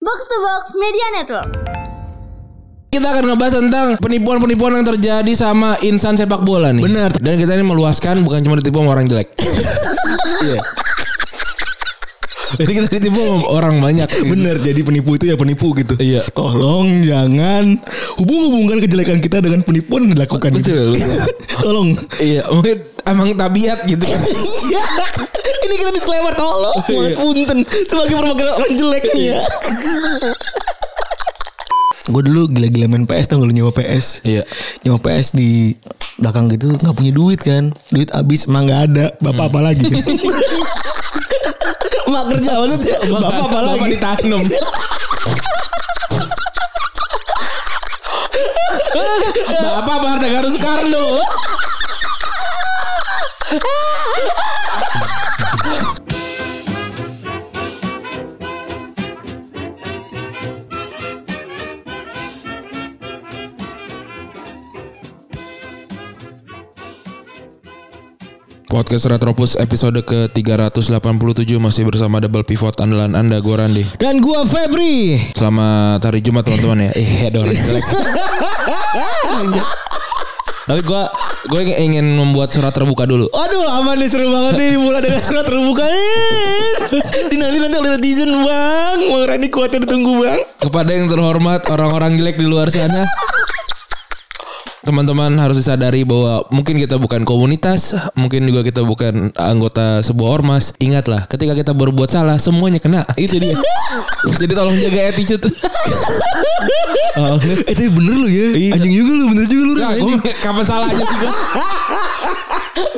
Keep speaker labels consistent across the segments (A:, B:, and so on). A: Box to Box Media Network.
B: Kita akan ngebahas tentang penipuan-penipuan yang terjadi sama insan sepak bola nih.
C: Benar.
B: Dan kita ini meluaskan bukan cuma ditipu sama orang jelek. Iya. Jadi kita ditipu sama orang banyak.
C: Bener jadi penipu itu ya penipu gitu
B: Gitu. Iya.
C: Tolong jangan Hubung-hubungkan kejelekan kita dengan penipuan yang dilakukan
B: Betul.
C: gitu. Tolong
B: Iya, mungkin emang tabiat gitu kan.
C: Iya Ini kita disclaimer tolong
B: Iya.
C: Punten Sebagai perwakilan orang jelek nih ya Gue dulu gila-gila main PS tau gak lu nyewa PS
B: Iya.
C: Nyewa PS di belakang gitu gak punya duit kan Duit habis emang gak ada Bapak
B: Hmm.
C: apa lagi Mak kerja maksudnya Bapak apa
B: Bapak
C: lagi
B: ditanam. Bapak apa harta Garus Soekarno? Podcast Retropus episode ke-387 masih bersama double pivot andalan Anda gue Randi.
C: Dan gua Febri
B: Selamat hari Jumat teman-teman ya. Eh, ada orang jelek. Tapi gue gue ingin membuat surat terbuka dulu.
C: Aduh aman nih seru banget nih Mulai dengan surat terbuka Eh, Di nanti nanti oleh netizen bang Bang Rani kuatnya ditunggu bang
B: Kepada yang terhormat orang-orang jelek di luar sana. Teman-teman harus disadari bahwa mungkin kita bukan komunitas, mungkin juga kita bukan anggota sebuah ormas. Ingatlah, ketika kita berbuat salah, semuanya kena. Itu dia. Jadi tolong jaga attitude. Oh.
C: Eh tapi bener lu ya
B: Iya.
C: Anjing juga lu bener juga lu
B: Nah, gua kapan salahnya sih gua?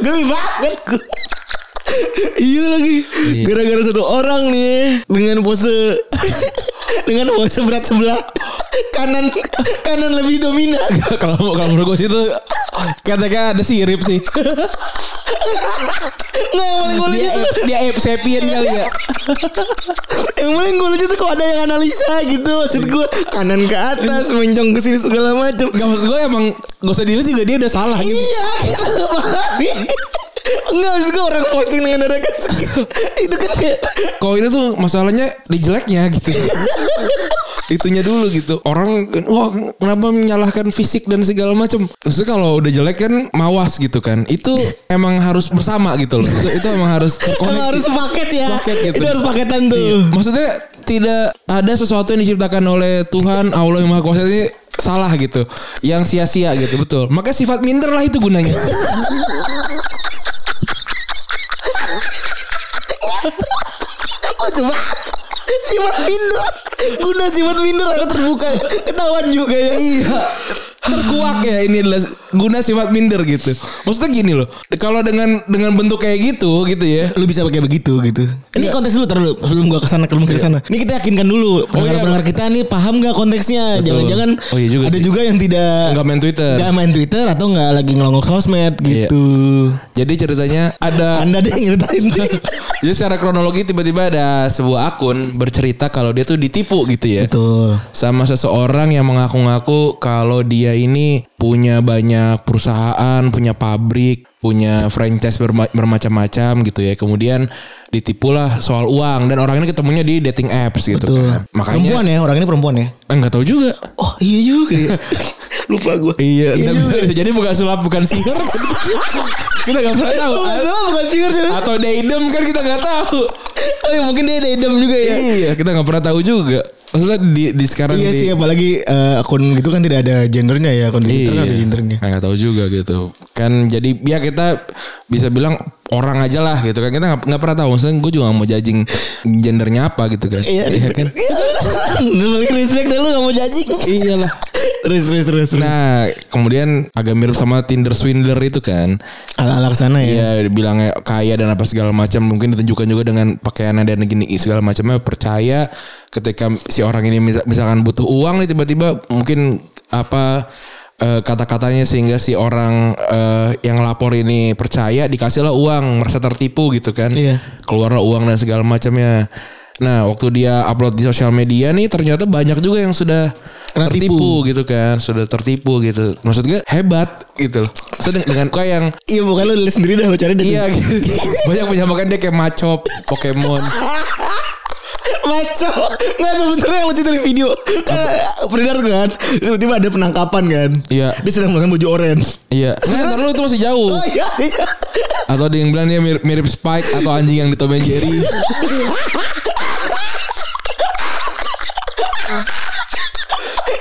C: Geli banget gua. Iya lagi Gara-gara satu orang nih Dengan pose Dengan pose berat sebelah Kanan Kanan lebih dominan
B: kalau kalau menurut gue sih itu katanya ada sirip sih.
C: Nggak yang paling golnya
B: Dia
C: tuh
B: ape- dia ape sapien kali ya.
C: Yang paling golnya tuh kok ada yang analisa gitu Maksud gue Kanan ke atas Mencong ke sini segala macam
B: Gak maksud gue emang gak usah dilihat juga dia udah salah gitu.
C: Iya, kita nggak pahami. Enggak maksud gue orang posting dengan dadakan segitu. Itu kan kayak
B: Kalau ini tuh masalahnya di jeleknya gitu. Itunya dulu gitu. Orang wah kenapa menyalahkan fisik dan segala macam. Maksudnya kalau udah jelek kan mawas gitu kan. Itu emang harus bersama gitu loh. Itu, itu emang harus
C: emang
B: terkoneksi.
C: harus paket ya.
B: Paket gitu.
C: Itu harus paketan tuh.
B: Iya. Maksudnya tidak ada sesuatu yang diciptakan oleh Tuhan Allah yang Maha Kuasa ini salah gitu, yang sia-sia gitu betul. Maka sifat minder lah itu gunanya.
C: Kok coba sifat minder. Guna sifat minder akan terbuka. Ketahuan juga ya. Iya.
B: Terkuak ya ini adalah guna sifat minder gitu. Maksudnya gini loh, kalau dengan dengan bentuk kayak gitu gitu ya.
C: Lu bisa pakai begitu gitu. Ini konteks lu taruh dulu, sebelum gua kesana ke ke sana. Ini kita yakinkan dulu pendengar-pendengar kita nih paham nggak konteksnya. Jangan-jangan
B: Oh iya juga
C: ada
B: sih.
C: juga yang tidak
B: Enggak main Twitter.
C: nggak main Twitter atau nggak lagi ngelongok sosmed gitu.
B: Jadi ceritanya ada
C: Anda deh yang nyeritain deh.
B: jadi secara kronologi tiba-tiba ada sebuah akun bercerita kalau dia tuh ditipu gitu ya.
C: Betul.
B: sama seseorang yang mengaku-ngaku kalau dia ini punya banyak perusahaan, punya pabrik, punya franchise berma- bermacam-macam gitu ya. Kemudian ditipulah soal uang dan orang ini ketemunya di dating apps gitu kan. Makanya
C: perempuan ya, orang ini perempuan ya.
B: Eh, nggak tahu juga.
C: Oh iya juga ya. Lupa gue.
B: Iya, nggak
C: juga.
B: bisa- bisa jadi bukan sulap bukan sihir. kita nggak pernah tahu. eh.
C: Bukan salah, Oh, bukan singer juga.
B: Atau daidem kan kita nggak tahu.
C: Oh iya mungkin dia ada idem juga ya.
B: Iya, kita nggak pernah tahu juga. Maksudnya di, di sekarang
C: Iya
B: di,
C: sih apalagi eh, akun gitu kan tidak ada gendernya ya akun di Twitter kan ada gendernya.
B: Nah, nggak tahu juga gitu. Kan jadi ya kita bisa bilang orang aja lah gitu kan. Kita nggak nggak pernah tahu. Maksudnya gue juga nggak mau judging gendernya apa gitu kan. kan.
C: Lu Iya. balik respect deh lu gak mau judging.
B: Iyalah.
C: Terus terus terus. terus.
B: Nah, kemudian agak mirip sama Tinder swindler itu kan.
C: Ala-ala kesana ya.
B: Iya, bilangnya kaya dan apa segala macam. Mungkin ditunjukkan juga dengan pakaiannya dan gini segala macamnya percaya ketika si orang ini mis- misalkan butuh uang nih tiba-tiba mungkin apa eh, kata-katanya sehingga si orang eh, yang lapor ini percaya dikasihlah uang merasa tertipu gitu kan.
C: Iya.
B: Keluarlah uang dan segala macamnya. Nah, waktu dia upload di sosial media nih ternyata banyak juga yang sudah
C: Kena
B: tertipu
C: tipu.
B: gitu kan, sudah tertipu gitu. Maksud gue hebat gitu loh. Maksudnya dengan kau yang
C: Iya bukan lu lihat sendiri dah lu cari deh.
B: Iya gitu. Banyak penyamakan dia kayak Macop, Pokemon.
C: Maco Nggak sebenernya yang lucu dari video Karena beredar tuh kan Tiba-tiba ada penangkapan kan
B: Iya.
C: Dia sedang makan baju oren
B: Iya. Nggak, ntar lu itu masih jauh.
C: Oh iya iya.
B: Atau ada yang bilang dia mirip, mirip Spike atau anjing yang di Tom and Jerry.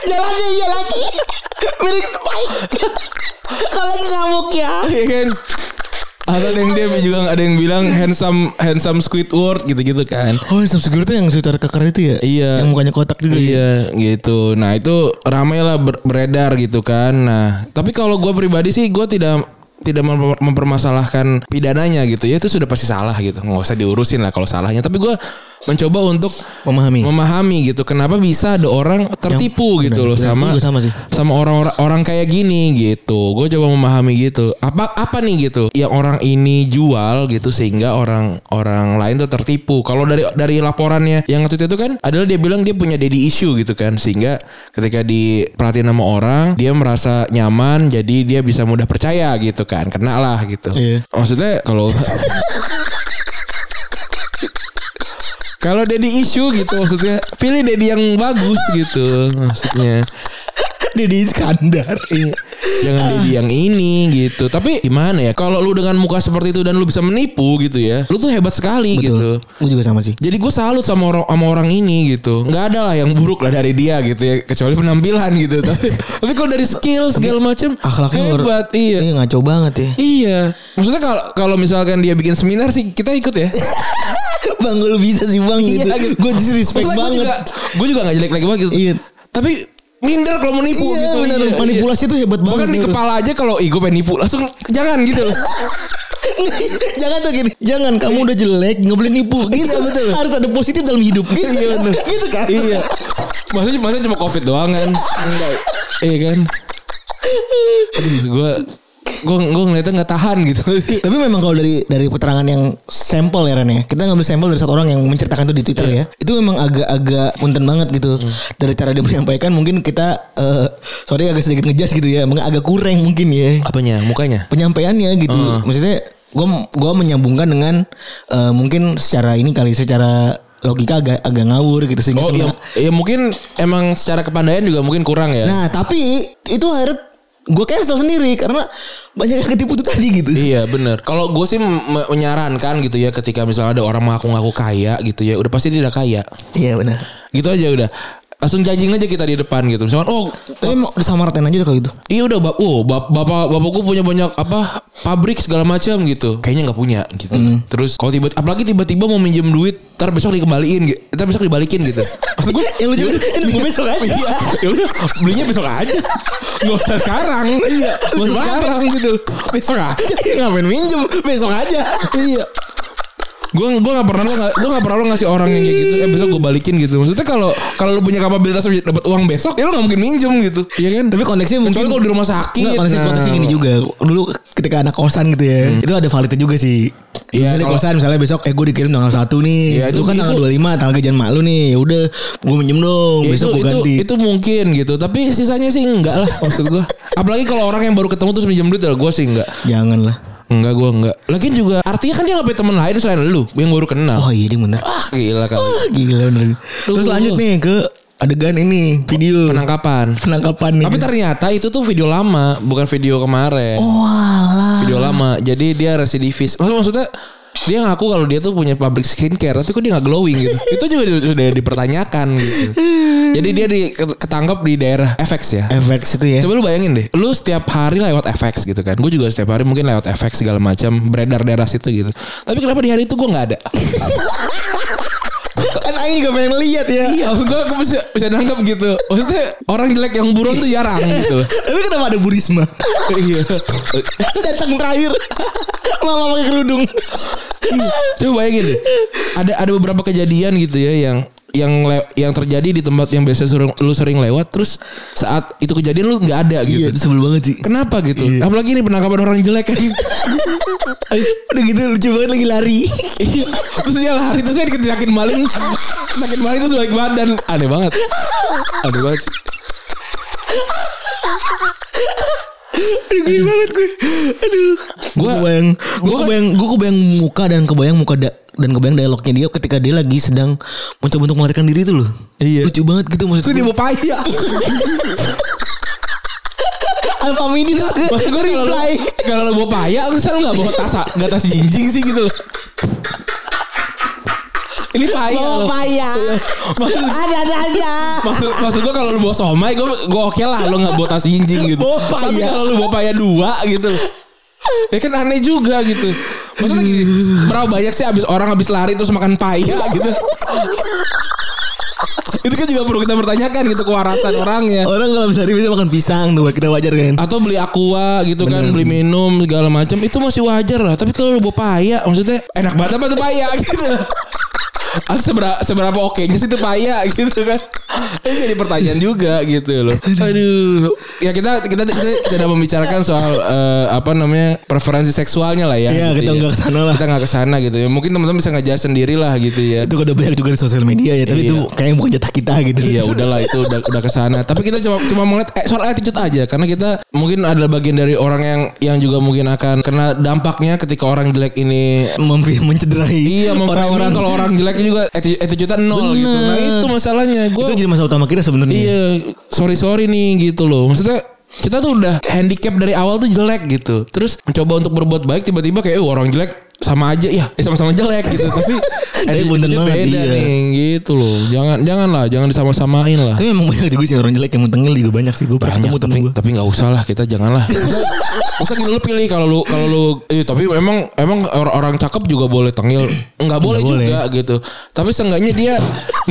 C: Jalannya iya lagi Mirip Spike Kalau lagi ngamuk ya
B: Iya kan? Atau ada yang dia juga ada yang bilang handsome handsome Squidward gitu-gitu kan.
C: Oh subscribe tuh yang suara keker itu ya
B: Iya.
C: Yang mukanya kotak juga ya?
B: Iya gitu. Nah itu ramai lah ber- beredar gitu kan. Nah tapi kalau gue pribadi sih gue tidak tidak memper- mempermasalahkan pidananya gitu ya itu sudah pasti salah gitu nggak usah diurusin lah kalau salahnya tapi gue mencoba untuk
C: Memahami
B: memahami gitu kenapa bisa ada orang tertipu
C: Yang-
B: gitu
C: benar,
B: loh
C: benar.
B: sama
C: Gua sama sih.
B: sama orang-orang orang kayak gini gitu gue coba memahami gitu apa apa nih gitu yang orang ini jual gitu sehingga orang orang lain tuh tertipu kalau dari dari laporannya yang nge itu kan adalah dia bilang dia punya daddy issue gitu kan sehingga ketika diperhatiin sama orang dia merasa nyaman jadi dia bisa mudah percaya gitu kan kena lah gitu
C: Iya.
B: maksudnya kalau Kalau daddy issue gitu maksudnya Pilih daddy yang bagus gitu Maksudnya
C: Deddy Iskandar
B: Iya. Jangan daddy yang ini gitu Tapi gimana ya Kalau lu dengan muka seperti itu Dan lu bisa menipu gitu ya Lu tuh hebat sekali gitu
C: Gue juga sama sih
B: jadi gue salut sama orang sama orang ini gitu. Nggak ada lah yang buruk lah dari dia gitu ya, kecuali penampilan gitu. Tapi, tapi kalau dari skill segala macem
C: Akhlaknya luar-
B: hebat, iya.
C: Iya ngaco banget ya
B: Iya. Maksudnya kalau kalau misalkan dia bikin seminar sih kita ikut ya.
C: Bang lu bisa sih bang gitu. Gue disrespect
B: Iya, Maksudnya
C: banget.
B: Gue juga gak jelek-jelek banget gitu.
C: Iya.
B: Tapi minder kalau mau nipu
C: Iya,
B: gitu.
C: benar.
B: Iya,
C: Manipulasi
B: iya.
C: tuh hebat banget, gitu.
B: Bahkan di
C: benar.
B: kepala aja kalau ih gue pengen nipu langsung jangan gitu loh.
C: jangan tuh gini. Jangan kamu udah jelek nggak boleh nipu. Gitu
B: Iya, betul.
C: Harus ada positif dalam hidup. Gitu,
B: Iya, benar.
C: gitu kan.
B: iya. Maksudnya maksudnya cuma covid doang kan. Enggak. Iya kan. Aduh gue gue gue ngeliatnya nggak tahan gitu.
C: Tapi memang kalau dari dari keterangan yang sampel ya Ren ya. Kita ngambil sampel dari satu orang yang menceritakan itu di Twitter
B: Iya.
C: ya. Itu memang agak-agak punten banget gitu.
B: Hmm.
C: Dari cara dia menyampaikan mungkin kita eh, sorry agak sedikit ngejas gitu ya. Mungkin agak kurang mungkin ya.
B: Apanya? Mukanya?
C: penyampaiannya gitu.
B: Hmm.
C: Maksudnya gue gua menyambungkan dengan eh, mungkin secara ini kali secara logika agak agak ngawur gitu sehingga
B: Oh
C: kena-
B: iya, iya mungkin emang secara kepandaian juga mungkin kurang ya.
C: Nah, tapi itu akhirnya gue cancel sendiri karena banyak yang ketipu tuh tadi gitu.
B: Iya bener Kalau gue sih me- menyarankan gitu ya Ketika misalnya ada orang mengaku-ngaku kaya gitu ya Udah pasti dia udah kaya
C: Iya benar.
B: Gitu aja udah Langsung judging aja kita di depan gitu Misalkan oh
C: Tapi mau disamaratain aja kalau gitu.
B: Iya udah bap oh, bap bapak bapakku punya banyak apa pabrik segala macam gitu. Kayaknya nggak punya gitu. Terus kalau tiba apalagi tiba-tiba mau minjem duit, ntar besok dikembaliin, gi- ntar besok dibalikin gitu. Maksud gue
C: Yang lucu banget, nunggu besok kan? aja.
B: Iya, ya udah belinya besok aja. Nggak usah sekarang. Iya, nggak usah sekarang gitu. Besok aja.
C: Iya, Ngapain minjem besok aja.
B: Iya. Gue gue gak pernah lo gak, gue gak pernah lo ngasih orang yang kayak gitu. Eh besok gue balikin gitu. Maksudnya kalau kalau lu punya kapabilitas dapat uang besok, ya lo gak mungkin minjem gitu. Iya kan?
C: Tapi konteksnya mungkin
B: Kecuali kalau di rumah sakit.
C: Nggak, konteksnya,
B: Nah. Hmm.
C: konteksnya gini juga. Dulu ketika anak kosan gitu ya, itu ada validnya juga sih.
B: Iya,
C: Misalnya
B: kalau-
C: kosan misalnya besok eh gue dikirim tanggal 1 nih.
B: Iya,
C: itu
B: itu-
C: kan tanggal
B: itu-
C: 25 tanggal gajian mak lu nih. Ya udah gue minjem dong,
B: Ya,
C: besok
B: itu,
C: gue
B: itu,
C: ganti.
B: itu mungkin gitu tapi sisanya sih enggak lah maksud gua apalagi kalau orang yang baru ketemu terus minjem duit ya gua sih enggak
C: Jangan lah.
B: enggak gua enggak lagian juga artinya kan dia nggak punya teman lain selain lu yang baru kenal
C: Oh iya dia bener.
B: ah gila kan
C: Gila bener. Terus
B: Tuh.
C: lanjut nih ke adegan ini video
B: penangkapan
C: penangkapan nih.
B: tapi ternyata itu tuh video lama bukan video kemarin
C: Walah.
B: video lama jadi dia residivis maksud maksudnya dia ngaku kalau dia tuh punya pabrik skincare tapi kok dia nggak glowing gitu itu juga di- sudah dipertanyakan gitu jadi dia di, ketangkep di daerah FX ya
C: Efek situ ya.
B: Coba lu bayangin deh, lu setiap hari lewat FX gitu kan. Gue juga setiap hari mungkin lewat FX segala macam, beredar daerah situ gitu. Tapi kenapa di hari itu gue nggak ada?
C: kan Aing juga pengen lihat ya.
B: iya, maksud gue bisa bisa nangkep gitu. Maksudnya orang jelek yang buron tuh jarang gitu. loh.
C: Tapi kenapa ada Burisma?
B: Iya.
C: Datang terakhir. Malah pakai kerudung.
B: Coba bayangin deh. Ada ada beberapa kejadian gitu ya yang yang le- yang terjadi di tempat yang biasa suruh- lu sering lewat terus saat itu kejadian lu nggak ada gitu.
C: Iya, itu sebel banget sih.
B: Kenapa gitu? Apalagi ini penangkapan orang jelek
C: Udah gitu lucu banget lagi lari.
B: Iya. terus dia lari terus saya dikejakin maling makin maling terus balik badan aneh banget aneh banget sih.
C: Aduh gini banget gue. Aduh. Gue
B: Gua-
C: kebayang, gue
B: gua-
C: kebayang, gue kebayang muka dan kebayang muka da- dan kebayang dialognya dia ketika dia lagi sedang mencoba untuk melarikan diri itu loh.
B: Iya.
C: Lucu banget gitu maksud
B: Itu dia
C: gue.
B: paya.
C: Alpha Mini terus
B: Maksud gue reply. Kalau lo bawa paya, misal nggak bawa tas, nggak tas jinjing sih gitu loh. Ini paya.
C: Oh,
B: loh.
C: payah.
B: Maksud-
C: Ada ada aja.
B: Maksud, maksud gue kalau lu bawa somai gue gue oke lah lo nggak bawa tas jinjing gitu.
C: Bawa
B: Tapi
C: paya.
B: kalau lu bawa paya dua gitu. loh. Ya kan aneh juga gitu. Maksudnya gini, berapa banyak sih abis orang habis lari terus makan paya gitu. Itu kan juga perlu kita pertanyakan gitu kewarasan orangnya.
C: Orang kalau bisa bisa makan pisang tuh kita wajar kan.
B: Atau beli aqua gitu kan,
C: Bener.
B: beli minum segala macam itu masih wajar lah. Tapi kalau lu bawa paya, maksudnya enak banget apa tuh paya gitu. Atau seberapa, seberapa oke sih itu paya gitu kan. Itu jadi pertanyaan juga gitu loh. Aduh. Ya kita kita, kita tidak membicarakan soal eh, apa namanya preferensi seksualnya lah ya.
C: Iya,
B: gitu
C: kita
B: ya.
C: nggak kesana lah.
B: Kita nggak kesana gitu ya. Mungkin teman-teman bisa ngajak sendiri lah gitu ya.
C: Itu udah banyak juga di sosial media ya, tapi
B: Iya.
C: itu kayaknya bukan jatah kita gitu.
B: Iya udahlah itu udah udah kesana. Tapi kita cuma cuma mau lihat eh, soal attitude aja karena kita mungkin adalah bagian dari orang yang yang juga mungkin akan kena dampaknya ketika orang jelek ini
C: Memfi- mencederai
B: Iya
C: orang-orang
B: memframing kalau orang jelek juga atti- attitude-nya nol gitu. Nah
C: Bener.
B: itu masalahnya. Gue
C: itu jadi masalah utama kita sebenarnya.
B: iya sorry sorry nih gitu loh. Maksudnya kita tuh udah handicap dari awal tuh jelek gitu. Terus mencoba untuk berbuat baik tiba-tiba kayak "Eh, orang jelek sama aja ya eh, sama-sama jelek gitu tapi
C: Tapi
B: attitude-nya
C: punten banget,
B: beda
C: iya.
B: nih gitu loh jangan janganlah jangan disama-samain lah
C: Tapi emang banyak juga sih orang jelek yang tengil juga banyak sih gue pernah
B: banyak
C: ketemu temen
B: Iya, tapi
C: gue.
B: tapi nggak usah lah kita janganlah Maksudnya gini lu pilih kalau lu kalau lu eh, tapi emang emang or- orang cakep juga boleh tengil nggak boleh
C: boleh.
B: juga gitu tapi seenggaknya dia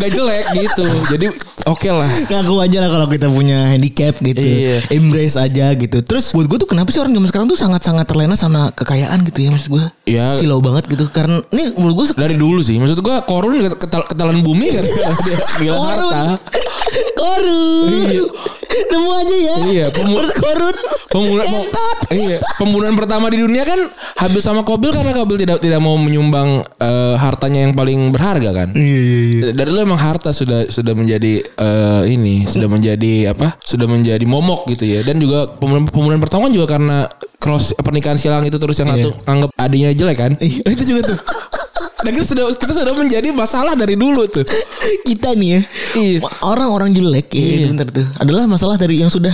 B: nggak jelek gitu jadi oke lah
C: Ngaku aja lah kalau kita punya handicap gitu.
B: Iya.
C: Embrace aja gitu. Terus buat gue tuh kenapa sih orang zaman sekarang tuh sangat-sangat terlena sama kekayaan gitu ya maksud gue.
B: Iya.
C: Silau banget gitu. Karena ini menurut gue
B: dari dulu sih maksud gua korun juga ketal- ketelan bumi kan dia bilang harta
C: Korun.
B: Iya.
C: Nemu aja ya.
B: Iya, pemu-
C: Menurut Korun.
B: Pembunuhan,
C: Entot.
B: iya, pembunuhan pertama di dunia kan habis sama Kobil karena Kobil tidak tidak mau menyumbang eh, hartanya yang paling berharga kan.
C: Iya iya iya.
B: dari dulu emang harta sudah sudah menjadi eh, ini sudah menjadi apa sudah menjadi momok gitu ya dan juga pembunuhan, pembunuhan pertama kan juga karena cross pernikahan silang itu terus yang satu anggap adiknya jelek kan
C: Iya.
B: Iya. itu juga tuh dan kita sudah kita sudah menjadi masalah dari dulu tuh
C: kita nih ya
B: Iya.
C: orang-orang jelek ya, itu bentar tuh adalah masalah dari yang sudah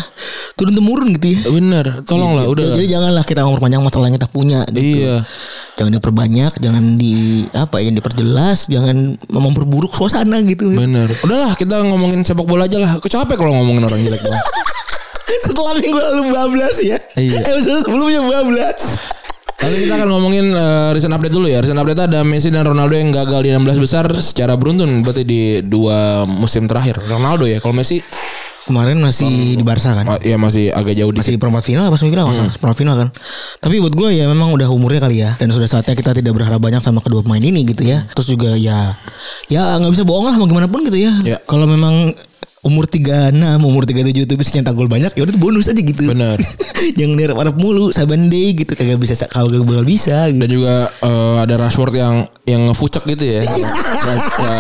C: turun temurun gitu ya
B: bener tolonglah Iya, udah
C: Jadi janganlah kita memperpanjang masalah yang kita punya gitu.
B: iya
C: Jangan diperbanyak, jangan di apa ya, diperjelas, jangan memperburuk suasana gitu.
B: bener udahlah kita ngomongin sepak bola aja lah aku capek kalau ngomongin orang jelek doang.
C: Setelah minggu lalu bablas ya.
B: Iya.
C: Eh, maksudnya sebelumnya bablas.
B: Lalu kita akan ngomongin eh, recent update dulu ya. Recent update ada Messi dan Ronaldo yang gagal di 16 besar secara beruntun berarti di dua musim terakhir. Ronaldo ya. Kalau Messi
C: Kemarin masih di Barca kan?
B: ma- ya masih agak jauh di Hmm.
C: Masih di perempat final apa semifinal nggak salah, perempat final kan. Tapi buat gue ya memang udah umurnya kali ya dan sudah saatnya kita tidak berharap banyak sama kedua pemain ini gitu
B: Hmm.
C: ya. Terus juga ya ya nggak bisa bohong lah mau gimana pun gitu ya.
B: Ya.
C: Kalau memang umur 36, umur 37 itu bisa nyetak gol banyak ya udah itu bonus aja gitu.
B: Bener.
C: Jangan diharap-harap mulu Saban day gitu kagak bisa kalau gak bakal bisa gitu.
B: Dan juga eh, ada Rashford yang yang ngefucek gitu ya. Ke- ke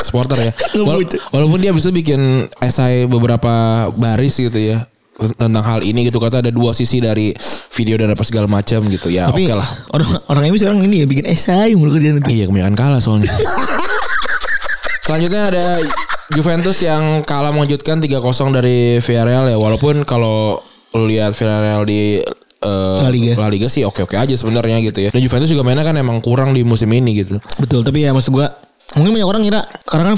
B: supporter ya. Wala-
C: Ngefucek.
B: walaupun dia bisa bikin esai beberapa baris gitu ya tentang hal ini gitu kata ada dua sisi dari video dan apa segala macam gitu ya oke
C: Tapi
B: lah
C: orang orang ini sekarang ini ya bikin esai mulu kerjaan itu.
B: Iya kebanyakan kalah soalnya Selanjutnya ada Juventus yang kalah mengejutkan 3-0 dari Villarreal ya Walaupun kalau lu lihat Villarreal di eh,
C: La Liga.
B: sih oke-oke aja sebenarnya gitu ya Dan Juventus juga mainnya kan emang kurang di musim ini gitu
C: Betul, tapi ya maksud gua mungkin banyak orang ngira karena kan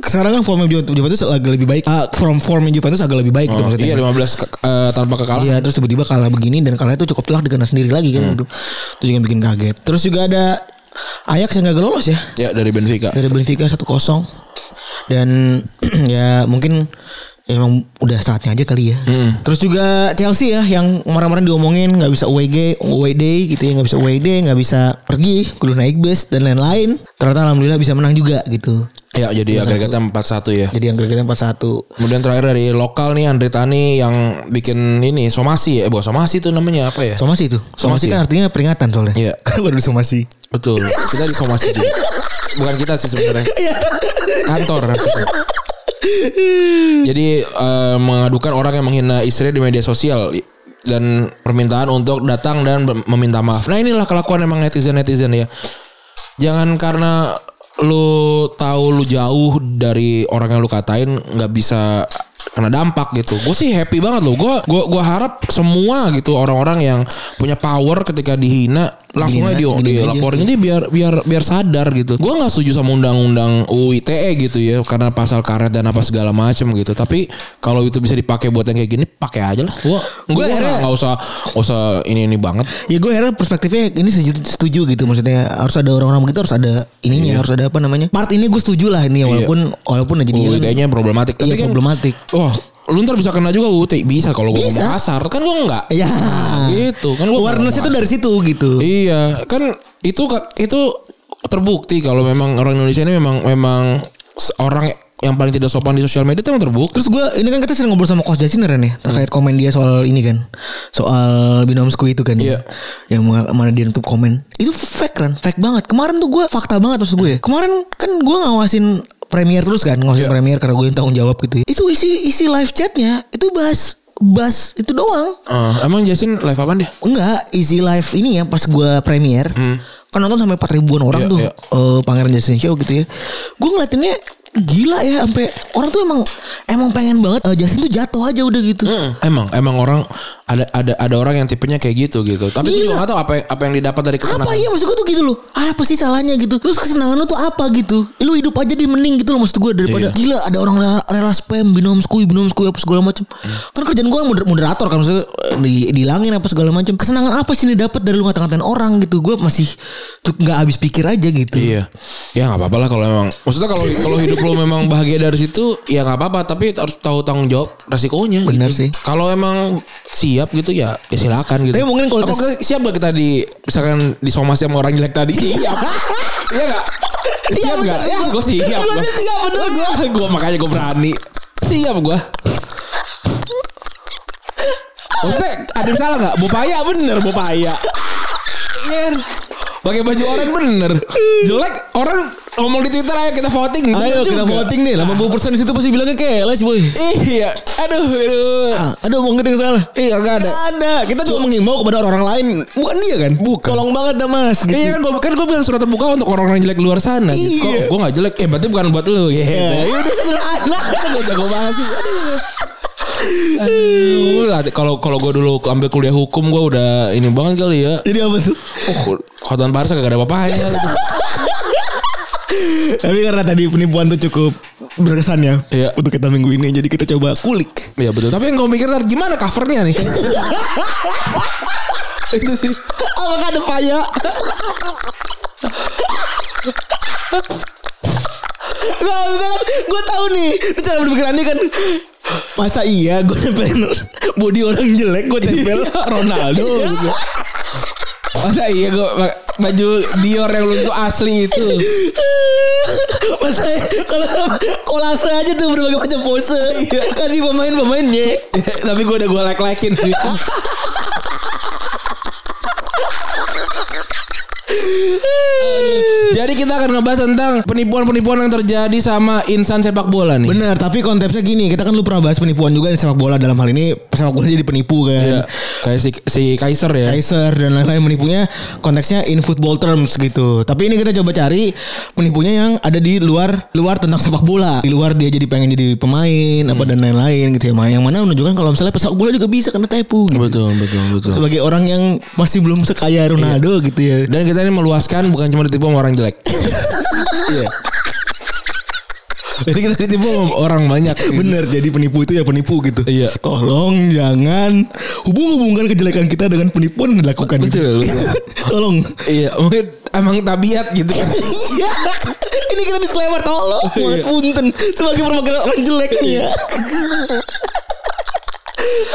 C: sekarang kan formnya Ju- Juventus agak lebih baik. Ah, form formnya Juventus agak lebih baik gitu
B: Oh,
C: maksudnya.
B: Iya 15 ke- eh, tanpa kekalahan
C: Iya terus tiba-tiba kalah begini dan kalah itu cukup telak dengan sendiri lagi kan Terus juga bikin kaget Terus juga ada Ajax yang gak lolos ya
B: Ya dari Benfica
C: Dari Benfica 1-0 Dan ya mungkin ya Emang udah saatnya aja kali ya Terus juga Chelsea ya Yang kemarin-kemarin diomongin Gak bisa away away day gitu ya Gak bisa away day Gak bisa pergi Kudu naik bus dan lain-lain Ternyata Alhamdulillah bisa menang juga gitu
B: Ya jadi agregatnya 4-1 ya
C: Jadi yang kira-kira 4-1
B: Kemudian terakhir dari lokal nih Andre Tani yang bikin ini somasi ya, eh, bukan somasi itu namanya apa ya?
C: Somasi itu
B: Somasi
C: Somasi, kan artinya peringatan soalnya
B: Iya.
C: Kan baru somasi
B: Betul. Kita di somasi juga. Bukan kita sih sebenarnya. Kantor. maksudnya. Jadi eh, mengadukan orang yang menghina istri di media sosial dan permintaan untuk datang dan ber- meminta maaf. Nah inilah kelakuan emang netizen netizen ya. jangan karena lu tahu lu jauh dari orang yang lu katain nggak bisa kena dampak gitu. Gue sih happy banget loh. Gue gua gua harap semua gitu orang-orang yang punya power ketika dihina langsung aja
C: Dihina,
B: di,
C: gini aja.
B: dilaporin ini biar biar biar sadar gitu. Gua nggak setuju sama undang-undang UU ITE gitu ya karena pasal karet dan apa segala macem gitu. Tapi kalau itu bisa dipakai buat yang kayak gini pakai aja lah. Gua gua nggak-
C: akhirnya-
B: nggak usah nggak usah ini ini banget.
C: Ya gue heran perspektifnya ini setuju, setuju gitu maksudnya harus ada orang-orang begitu harus ada
B: Iya.
C: ininya harus ada apa namanya part ini gue setuju lah ini walaupun walaupun jadi
B: UU ITE-nya problematik. kan-
C: iya problematik
B: Wah, lu ntar bisa kena juga UU ITE E. bisa kalau gua
C: Bisa.
B: ngomong kasar kan gua nggak.
C: ya
B: Gitu kan gua
C: awareness itu
B: ngomong
C: dari situ gitu
B: Iya, kan itu itu terbukti kalau memang orang Indonesia ini memang memang orang yang paling tidak sopan di sosial media itu yang terbukti.
C: Terus gue ini kan kita sering ngobrol sama Kos Jasin ya Ren ya
B: Hmm.
C: terkait komen dia soal ini kan soal binomsku itu kan
B: Iya.
C: ya yang ma- mana dia nutup komen itu fake kan fake banget kemarin tuh gue fakta banget maksud gue kemarin kan gue ngawasin premier terus kan
B: Iya.
C: ngawasin premier karena gue yang tanggung jawab gitu ya. itu isi isi live chatnya itu bahas bahas itu doang
B: Eh, emang Jason live apaan dia?
C: enggak isi live ini ya pas gue premier kan nonton sampai 4 ribuan
B: Hmm.
C: orang
B: Iya,
C: tuh
B: iya.
C: eh, Pangeran Jasin Show gitu ya gue ngeliatinnya gila ya sampai orang tuh emang emang pengen banget eh, Jasin tuh jatuh aja udah gitu
B: Hmm. Emang emang orang ada ada ada orang yang tipenya kayak gitu gitu. Tapi gue
C: Iya.
B: juga gak tahu apa yang, apa yang didapat dari
C: apa
B: kesenangan.
C: iya maksud gue tuh gitu loh apa sih salahnya gitu terus kesenangan lu tuh apa gitu lu hidup aja di mending gitu loh maksud gue
B: Iya.
C: daripada gila ada orang rela, rela spam binomsku binomsku apa segala macam
B: Hmm.
C: kan kerjaan gue moder- moderator kan maksudnya eh, di, dihilangin apa segala macam kesenangan apa sih yang dapat dari lu ngata-ngatain orang gitu gue masih tuh nggak habis pikir aja gitu
B: Iya. Ya nggak apa-apa lah kalau emang. Maksudnya kalau kalau hidup lo memang bahagia dari situ ya nggak apa-apa. Tapi harus tahu tanggung jawab resikonya.
C: Benar
B: gitu.
C: sih.
B: Kalau emang siap gitu ya ya silakan gitu.
C: Tapi mungkin kalau
B: Apa
C: tes-
B: kita- siap gak kita di misalkan disomasi sama orang jelek tadi siap. Iya nggak? Siap
C: bener,
B: nggak? Ya
C: siap.
B: gue siap.
C: Gua aja siap, bener.
B: Gue gue makanya gue berani. Siap gue. Maksudnya ada yang salah gak? Bopaya bener Bopaya Iya kan? Pakai baju orang bener Jelek Orang ngomong di Twitter ayo kita voting Bener
C: Ayo kita
B: juga.
C: voting nih 80% disitu pasti bilangnya keles boy
B: Iya Aduh aduh
C: Ah, Aduh mungkin yang salah
B: Iya gak ada
C: Nggak ada Ya, Kita cuma menghimbau kepada orang-orang lain Bukan dia kan
B: Bukan.
C: Tolong banget dah mas gitu.
B: Iya kan gue kan gua bilang surat terbuka untuk orang-orang jelek luar sana. Gitu.
C: Iya.
B: Kok gue gak jelek? Eh berarti bukan buat lu. Iya.
C: Ya udah sederhana
B: Gue jago banget sih. Aduh. Aduh. Ada- Kalau kalau gue dulu ambil kuliah hukum gue udah ini banget kali ya.
C: Jadi apa tuh
B: Oh, Khotbah Barca gak ada apa-apanya. gitu.
C: Tapi karena tadi penipuan tuh cukup berkesan ya
B: Iya.
C: Untuk kita minggu ini Jadi kita coba kulik
B: Iya betul. Tapi yang gue mikir ntar gimana covernya nih? itu sih.
C: Apakah ada paya Nah, maksudnya kan gue tahu nih itu cara berpikir Andi kan masa iya gue nempelin body orang jelek gue
B: Iya,
C: tempel
B: Ronaldo.
C: Iya.
B: gitu. Masa iya gue baju Dior yang lu tuh asli itu.
C: Masa kalau kolase aja tuh berbagai macam pose kasih pemain pemainnya
B: Tapi gue udah gue like-likein sih. Jadi kita akan ngebahas tentang penipuan-penipuan yang terjadi sama insan sepak bola nih.
C: Benar, tapi konsepnya gini, kita kan lu pernah bahas penipuan juga di sepak bola dalam hal ini sepak bola jadi penipu
B: Iya.
C: kan.
B: Kayak si, si Kaiser ya.
C: Kaiser dan lain-lain menipunya konteksnya in football terms gitu. Tapi ini kita coba cari penipunya yang ada di luar luar tentang sepak bola. Di luar dia jadi pengen jadi pemain apa dan lain-lain gitu ya. Yang mana menunjukkan kalau misalnya sepak bola juga bisa kena tipu gitu.
B: Betul, betul, betul.
C: Sebagai orang yang masih belum sekaya Ronaldo gitu ya.
B: Dan kita ini meluaskan bukan cuma ditipu sama orang jelek. Iya. Jadi kita ditipu sama orang banyak.
C: Bener jadi penipu itu ya penipu gitu.
B: Gitu. Iya.
C: Tolong jangan hubung-hubungkan kejelekan kita dengan penipuan yang dilakukan.
B: Betul,
C: Gitu.
B: betul.
C: Tolong.
B: Iya, mungkin emang tabiat gitu kan.
C: Iya. Ini kita disclaimer tolong.
B: Iya.
C: Punten sebagai perwakilan orang jelek nih ya.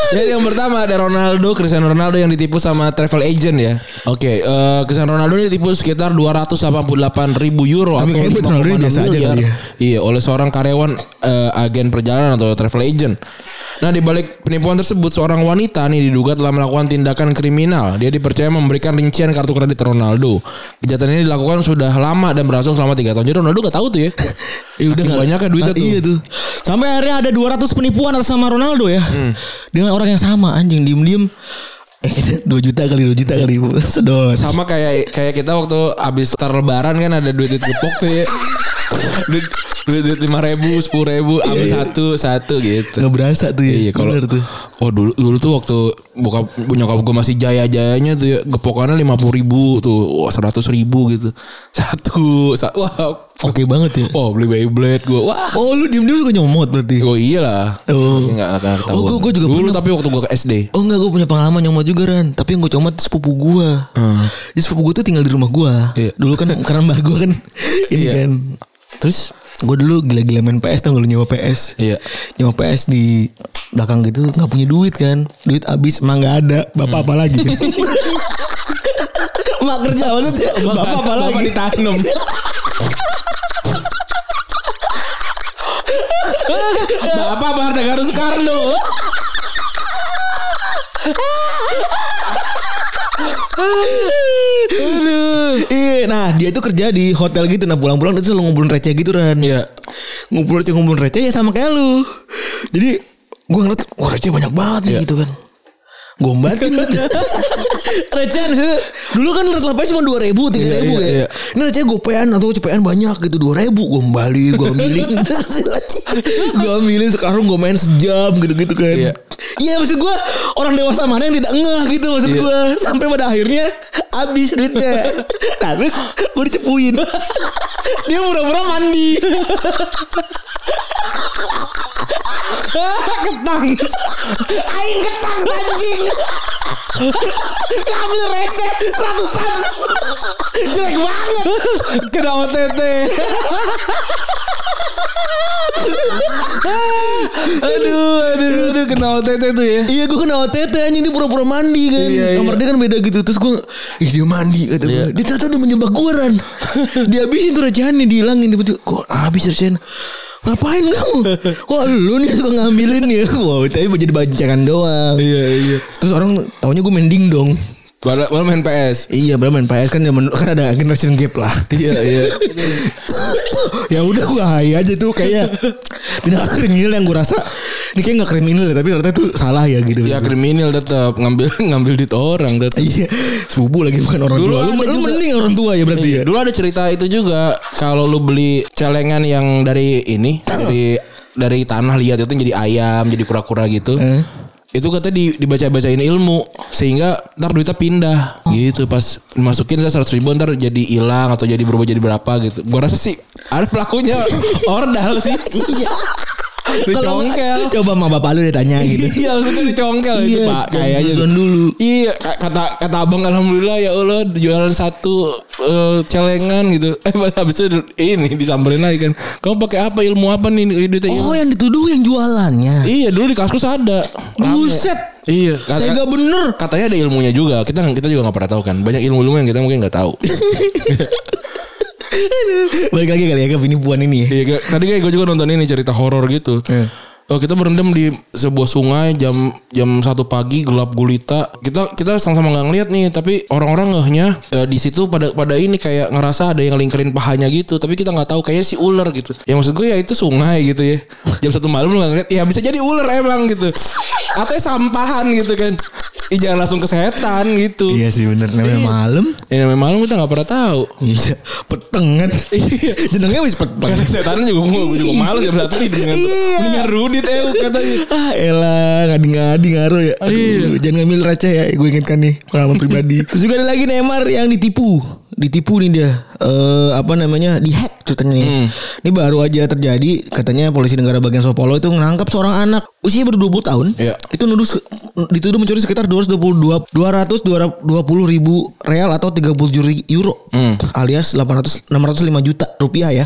B: Jadi yang pertama ada Ronaldo, Cristiano Ronaldo yang ditipu sama travel agent ya. Oke, eh, Cristiano Ronaldo ini ditipu sekitar 288 ribu euro
C: Tapi kayaknya Cristiano Ronaldo
B: 5,6
C: biasa aja
B: miliar.
C: kali ya.
B: Iya, oleh seorang karyawan eh, agen perjalanan atau travel agent. Nah, di balik penipuan tersebut seorang wanita nih diduga telah melakukan tindakan kriminal. Dia dipercaya memberikan rincian kartu kredit Ronaldo. Kejahatan ini dilakukan sudah lama dan berlangsung selama 3 tahun. Jadi Ronaldo gak tahu tuh ya.
C: Ya udah
B: Saking
C: nggak-
B: banyaknya duitnya
C: Ah, Iya
B: tuh.
C: tuh. Sampai
B: Hmm.
C: akhirnya ada 200 penipuan atas sama Ronaldo ya. Dengan orang yang sama anjing diem-diem Eh kita 2 juta kali 2 juta kali sedot.
B: sama kayak kayak kita waktu abis terlebaran kan ada duit duit gepok tuh ya duit duit duit lima ribu sepuluh ribu abis satu satu gitu
C: Nggak berasa tuh
B: Iya
C: ya.
B: kalau
C: Iya. Bener tuh.
B: Oh dulu dulu tuh waktu buka nyokap gue masih jaya jayanya tuh ya, gepokannya lima puluh ribu tuh seratus ribu gitu satu sa- wah
C: Oke banget ya.
B: oh beli Beyblade gue wah
C: Oh lu diem-diem suka nyomot berarti.
B: oh iyalah
C: Oh.
B: nggak nggak ketahuan
C: Oh, gua- gua juga
B: dulu
C: pernah.
B: tapi waktu gue ke SD
C: Oh enggak gue punya pengalaman nyomot juga Ran Tapi yang gue comot tuh sepupu gue
B: Hmm.
C: Jadi sepupu gue tuh tinggal di rumah gue
B: Iya.
C: Dulu kan karena mbak gue kan Iya
B: Iya.
C: kan Terus gue dulu gila-gila main PS tau gak lu nyewa PS
B: Iya.
C: Nyewa PS di belakang gitu gak punya duit kan Duit habis emang gak ada Bapak apa lagi Mak kerja maksudnya Bapak apa
B: Bapak
C: lagi
B: ditanam Bapak apa harta Garus Karno Aduh
C: Iya, nah dia tuh kerja di hotel gitu. Nah pulang-pulang dia tuh selalu ngumpulin receh gitu Ran.
B: Iya.
C: Ngumpulin receh, ngumpulin receh ya sama kayak lu. Jadi gue ngeliat, wah receh banyak banget nih
B: Iya.
C: gitu kan. Gombatin Recehan sih. Dulu kan rata lapanya cuma 2 ribu, 3 ribu
B: Iya, iya, iya.
C: ya. Ini receh gopean atau cepean banyak gitu. 2 ribu gue kembali, gue ambilin. gue ambilin Gitu. sekarang gue main sejam gitu-gitu kan.
B: Iya.
C: Iya maksud gue orang dewasa mana yang tidak ngeh gitu maksud
B: Iya.
C: gue. Sampai pada akhirnya habis duitnya. nah terus gue dicepuin. Dia pura-pura mandi. ketangis. Aing ketangis anjing. Kami receh seratusan. Jelek banget.
B: Kena OTT. aduh, aduh, aduh, kena OTT tuh ya.
C: Iya gue kena OTT anjing dia pura-pura mandi kan
B: Iya, iya.
C: Kamar dia kan beda gitu Terus gue Ih dia mandi kata
B: Iya.
C: gue Dia ternyata udah menjebak gue Ran Dihabisin tuh recehannya Dihilangin tiba-tiba Kok habis recehan Ngapain kamu Wah lu nih suka ngambilin ya Wah tapi jadi bancangan doang
B: Iya, iya.
C: Terus orang taunya gue main dingdong
B: Padahal padahal main PS.
C: Iya padahal main PS kan zaman- kan ada generation gap lah
B: Iya, iya.
C: ya udah gue hai aja tuh kayak tidak kriminal yang gue rasa ini kayak nggak kriminal ya tapi ternyata tuh salah ya gitu
B: Ya kriminal tetap ngambil ngambil duit orang tetap.
C: Iya, sepupu lagi bukan orang
B: Dulu
C: tua. Lu,
B: ada
C: lu
B: juga.
C: mending orang tua ya berarti ya.
B: Iya, Dulu ada cerita itu juga kalau lu beli celengan yang dari ini dari dari tanah liat itu jadi ayam jadi kura-kura gitu.
C: Eh.
B: Itu kata di, dibaca-bacain ilmu sehingga ntar duitnya pindah gitu pas masukin saya 100 ribu ntar jadi hilang atau jadi berubah jadi berapa gitu. Gua rasa sih ada pelakunya ordal sih.
C: Iya.
B: Dicongkel.
C: Coba sama bapak lu ditanya gitu.
B: Iya maksudnya dicongkel itu
C: Iya,
B: pak
C: jangan
B: kayaknya
C: susun dulu.
B: Iya ka- kata kata abang alhamdulillah ya Allah jualan satu eh, celengan gitu. Eh padahal habis itu du- ini disamperin lagi kan. Kamu pakai apa ilmu apa nih Ini duitnya
C: Oh,
B: hilang."
C: yang dituduh yang jualannya.
B: Iya dulu di kaskus ada. Rame.
C: Buset.
B: Iya. kata-
C: Tega bener.
B: katanya ada ilmunya juga. Kita kita juga nggak pernah tahu kan. Banyak ilmu-ilmu yang kita mungkin nggak tahu.
C: Balik lagi kali ya ke penipuan ini. ya.
B: Iya, kayak- tadi kayak gue juga nonton ini cerita horor gitu.
C: Iya.
B: Eh, kita berendam di sebuah sungai jam jam satu pagi gelap gulita. Kita kita sama-sama nggak ngeliat nih, tapi orang-orang ngehnya eh, di situ pada pada ini kayak ngerasa ada yang lingkarin pahanya gitu. Tapi kita nggak tahu kayaknya si ular gitu. Ya maksud gue ya itu sungai gitu ya. Jam satu malam lu nggak ngeliat, ya bisa jadi ular emang gitu. Atau ya sampahan gitu kan. Ih, jangan langsung ke setan gitu.
C: Iya sih bener namanya malam.
B: Ya namanya malam kita nggak pernah tahu.
C: Iya, peteng kan.
B: Iya.
C: Jenengnya wis peteng.
B: Karena setan juga gue gue juga males jam satu nih dengan
C: Iya.
B: dengan Rudit eh katanya.
C: Ah elah ngadi-ngadi ngaruh ya
B: Iya.
C: Aduh, Jangan ngambil receh ya Gue ingatkan nih Pengalaman pribadi Terus juga ada lagi Neymar yang ditipu Ditipu nih dia eh Apa namanya Dihack ceritanya nih
B: Hmm.
C: Ini baru aja terjadi Katanya polisi negara bagian Sao Paulo itu menangkap seorang anak Usia baru 20 tahun
B: Iya.
C: Itu nuduh se- Dituduh mencuri sekitar 222 220 ribu real atau 37 ri- euro
B: Hmm.
C: Alias 800 605 juta rupiah ya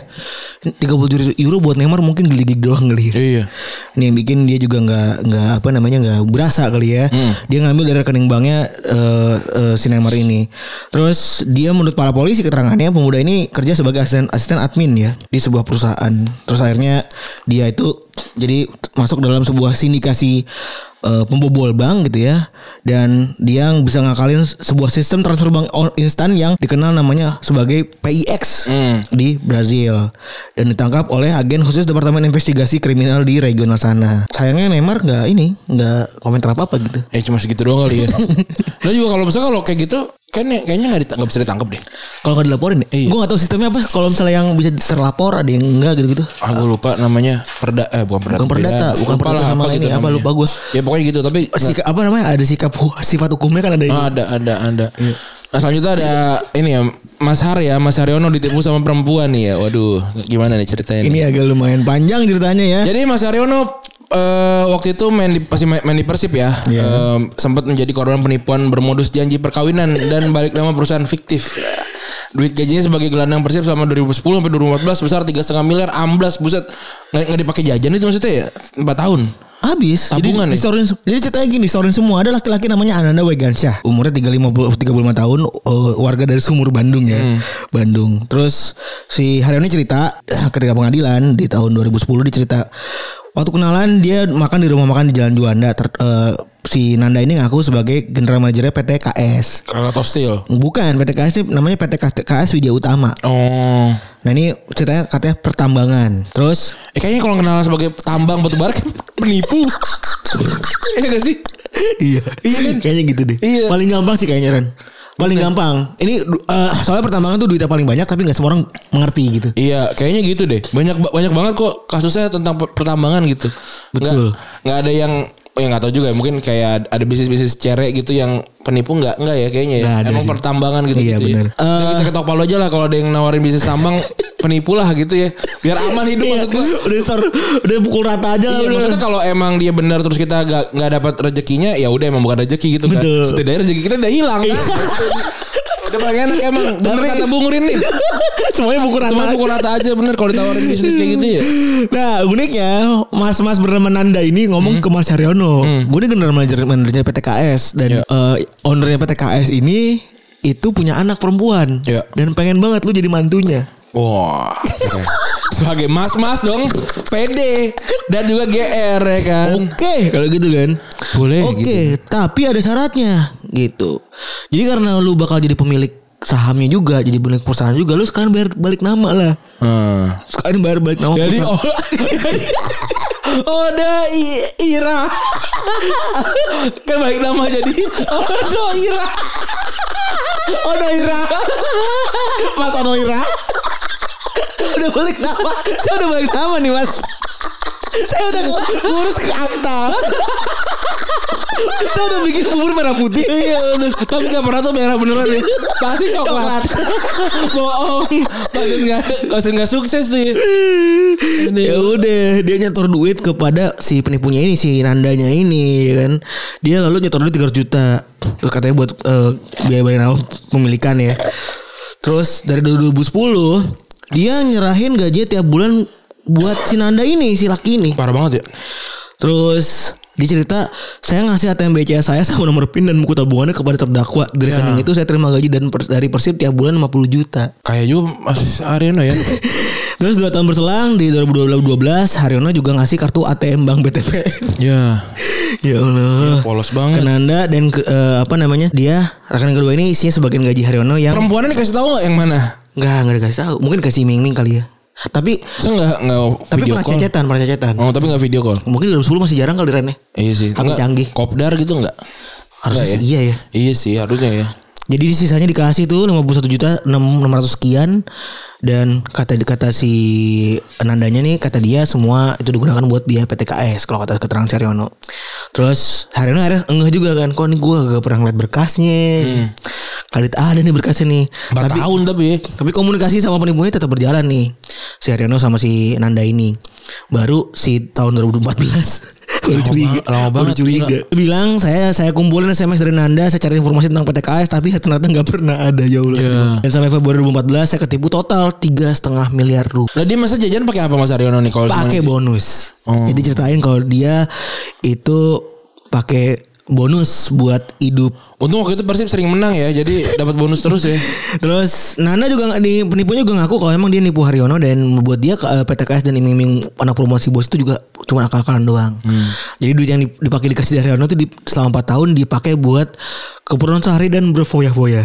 C: 37 euro buat Neymar mungkin geli-geli doang kali ya.
B: Iya.
C: Ini yang bikin dia juga nggak nggak apa namanya nggak berasa kali ya. Dia ngambil dari rekening banknya eh, eh, si Neymar ini. Terus dia menurut para polisi keterangannya pemuda ini kerja sebagai asisten asisten admin ya di sebuah perusahaan. Terus akhirnya dia itu jadi masuk dalam sebuah sindikasi eh, pembobol bank gitu ya dan dia yang bisa ngakalin sebuah sistem transfer bank on- instan yang dikenal namanya sebagai PIX di Brazil dan ditangkap oleh agen khusus Departemen Investigasi Kriminal di regional sana. Sayangnya Neymar nggak ini nggak komentar apa apa gitu.
B: Eh cuma segitu doang kali ya. Lo juga kalau misalnya kalau kayak gitu kan ya- kayaknya nggak ditangkap bisa ditangkap deh.
C: Kalau nggak dilaporin,
B: Iya.
C: ya? gue nggak tahu sistemnya apa. Kalau misalnya yang bisa terlapor ada yang enggak gitu-gitu.
B: Ah gue lupa namanya perda eh bukan perdata.
C: Bukan perdata,
B: beda.
C: bukan
B: Lupa
C: perdata
B: lah,
C: sama ini, apa,
B: namanya.
C: lupa gua.
B: Ya pokoknya gitu tapi
C: Sikap apa namanya? Ada sikap hu- sifat hukumnya kan ada. ini.
B: Ah, ada ada ada. Nah selanjutnya ada ini ya Mas Har ya Mas Haryono ditipu sama perempuan nih ya. Waduh gimana nih ceritanya? nih?
C: Ini agak lumayan panjang ceritanya ya.
B: Jadi Mas Haryono eh, waktu itu main di masih main, main di Persib ya. Eh, sempat menjadi korban penipuan bermodus janji perkawinan dan balik nama perusahaan fiktif. Duit gajinya sebagai gelandang Persib selama 2010 sampai 2014 besar 3,5 miliar amblas buset. Nggak, nggak dipakai jajan itu maksudnya ya 4 tahun.
C: Habis
B: Tabungan ya?
C: jadi, disorin, jadi ceritanya gini Disorin semua Ada laki-laki namanya Ananda Wegansyah Umurnya 35, 35 tahun eh, Warga dari Sumur Bandung ya
B: Hmm.
C: Bandung Terus Si Haryoni cerita eh, Ketika pengadilan Di tahun 2010 Dia cerita Waktu kenalan Dia makan di rumah makan Di Jalan Juanda Ter- eh, Si Nanda ini ngaku sebagai General manajernya PT KS
B: Karena tostil.
C: Bukan PT KS ini namanya PT KS Widya Utama
B: Oh.
C: Nah ini ceritanya katanya pertambangan Terus
B: Eh, kayaknya kalau kenalan sebagai tambang batu bara kan penipu. Iya gak sih?
C: iya iya kan kayaknya gitu deh
B: Iya.
C: paling gampang sih kayaknya Ren paling gampang ini du- eh, soalnya pertambangan tuh duitnya paling banyak tapi nggak semua orang mengerti gitu
B: Iya, kayaknya gitu deh. Banyak ba- banyak banget kok kasusnya tentang per- pertambangan gitu.
C: Betul.
B: Nggak, nggak ada yang yang nggak tahu juga ya. Mungkin kayak ad- ada bisnis-bisnis cere gitu yang penipu nggak nggak ya kayaknya ya.
C: Nggak ada
B: Emang
C: sih.
B: pertambangan gitu.
C: Iya,
B: gitu
C: benar.
B: Ya. Udah kita ketok palu aja lah kalau ada yang nawarin bisnis tambang penipu lah gitu ya. Biar aman hidup
C: Iya.
B: maksud gua.
C: udah store udah pukul rata aja
B: Iya,
C: udah.
B: maksudnya kalau emang dia benar terus kita nggak nggak dapat rezekinya ya udah emang bukan rezeki gitu kan.
C: Betul. Iya.
B: Setidaknya rezeki kita udah hilang. kan? udah paling enak emang. Bener kata Bung Rin nih.
C: semuanya pukul rata
B: Semua
C: aja.
B: pukul rata aja bener kalau ditawarin bisnis kayak gitu ya.
C: Nah uniknya Mas-mas bernama Nanda ini Ngomong
B: Hmm.
C: ke Mas Haryono Gue ini general manager, manajernya PTKS Dan
B: Iya.
C: eh, ownernya PTKS ini Itu punya anak perempuan
B: Iya.
C: Dan pengen banget lu jadi mantunya
B: Wah. Sebagai mas-mas dong, PD dan juga GR ya kan.
C: Oke kalau gitu kan.
B: Boleh
C: Oke,
B: gitu.
C: tapi ada syaratnya gitu. Jadi karena lu bakal jadi pemilik sahamnya juga, jadi pemilik perusahaan juga, lu sekarang bayar balik nama lah.
B: Hmm.
C: Sekarang bayar balik nama.
B: Jadi
C: perusahaan.
B: oh, Oda I- Ira kan balik nama jadi Odo Ira
C: Onoira. Mas Onoira.
B: oh.
C: udah balik nama. Saya udah balik nama nih, Mas. Saya udah ngurus ke akta. Saya udah bikin bubur merah putih.
B: Iya bener Tapi gak pernah tuh merah beneran ya Pasti coklat, Bohong Pasti gak, pasti gak sukses tuh ya.
C: ya udah dia nyetor duit kepada si penipunya ini si nandanya ini ya kan dia lalu nyetor duit 300 juta terus katanya buat eh, biaya bayar nama pemilikan ya terus dari 2010 dia nyerahin gaji tiap bulan buat si Nanda ini si laki ini
B: Parah banget ya
C: terus dia cerita saya ngasih ATM BCA saya sama nomor PIN dan buku tabungannya kepada terdakwa
B: Ya.
C: dari rekening itu saya terima gaji dan per- dari Persib tiap bulan 50 juta
B: Kayak juga Mas Aryono ya
C: Terus 2 tahun berselang di 2012 Haryono juga ngasih kartu ATM Bank BTPN.
B: Ya
C: ya Allah.
B: Polos banget
C: Kenanda dan ke- eh, apa namanya? Dia rekening kedua ini isinya sebagian gaji Haryono yang
B: Perempuannya dikasih tahu gak yang mana?
C: enggak enggak dikasih tahu. Mungkin kasih ming-ming kali ya. Tapi
B: Saya nggak nggak
C: tapi
B: video
C: pernah
B: call.
C: cecetan, pernah cecetan.
B: Oh tapi nggak video call.
C: Mungkin 2010 masih jarang kali ya. Rene.
B: Iya sih.
C: Apa
B: Nggak,
C: canggih?
B: Kopdar gitu nggak?
C: Harusnya
B: Nggak
C: sih iya ya.
B: Iya sih harusnya ya.
C: Jadi sisanya dikasih tuh 51 juta 600 sekian dan kata kata si Nandanya nih kata dia semua itu digunakan buat biaya PTKS kalau kata keterangan si Haryono. Terus Haryono akhirnya enggak juga kan kok nih gue gak pernah ngeliat berkasnya. Kredit ada nih berkasnya nih.
B: Empat
C: Tapi
B: tahun tapi. ya.
C: tapi komunikasi sama penipunya tetap berjalan nih. Si Haryono sama si Nanda ini. Baru si tahun 2014. Baru
B: Lama
C: curiga.
B: banget- lama
C: Baru
B: banget,
C: curiga. Bilang saya saya kumpulin SMS dari Nanda, saya cari informasi tentang PTKS tapi ternyata nggak pernah ada ya Allah.
B: Iya.
C: Dan sampai Februari 2014 saya ketipu total tiga setengah miliar rupiah.
B: Nah dia masa jajan pakai apa Mas Aryono nih kalau semuanya?
C: Pakai bonus.
B: Oh.
C: Jadi ceritain kalau dia itu pakai bonus buat hidup
B: Untung waktu itu Persib sering menang ya, jadi dapat bonus terus ya.
C: Terus Nana juga nggak- di penipunya juga ngaku kalau emang dia nipu Haryono dan membuat dia eh, PTKS dan iming-iming anak promosi bos itu juga cuma akal-akalan doang. Jadi duit yang dip- dipakai di Kasih Daryono tuh di, selama 4 tahun dipakai buat keperluan sehari dan berfoya-foya.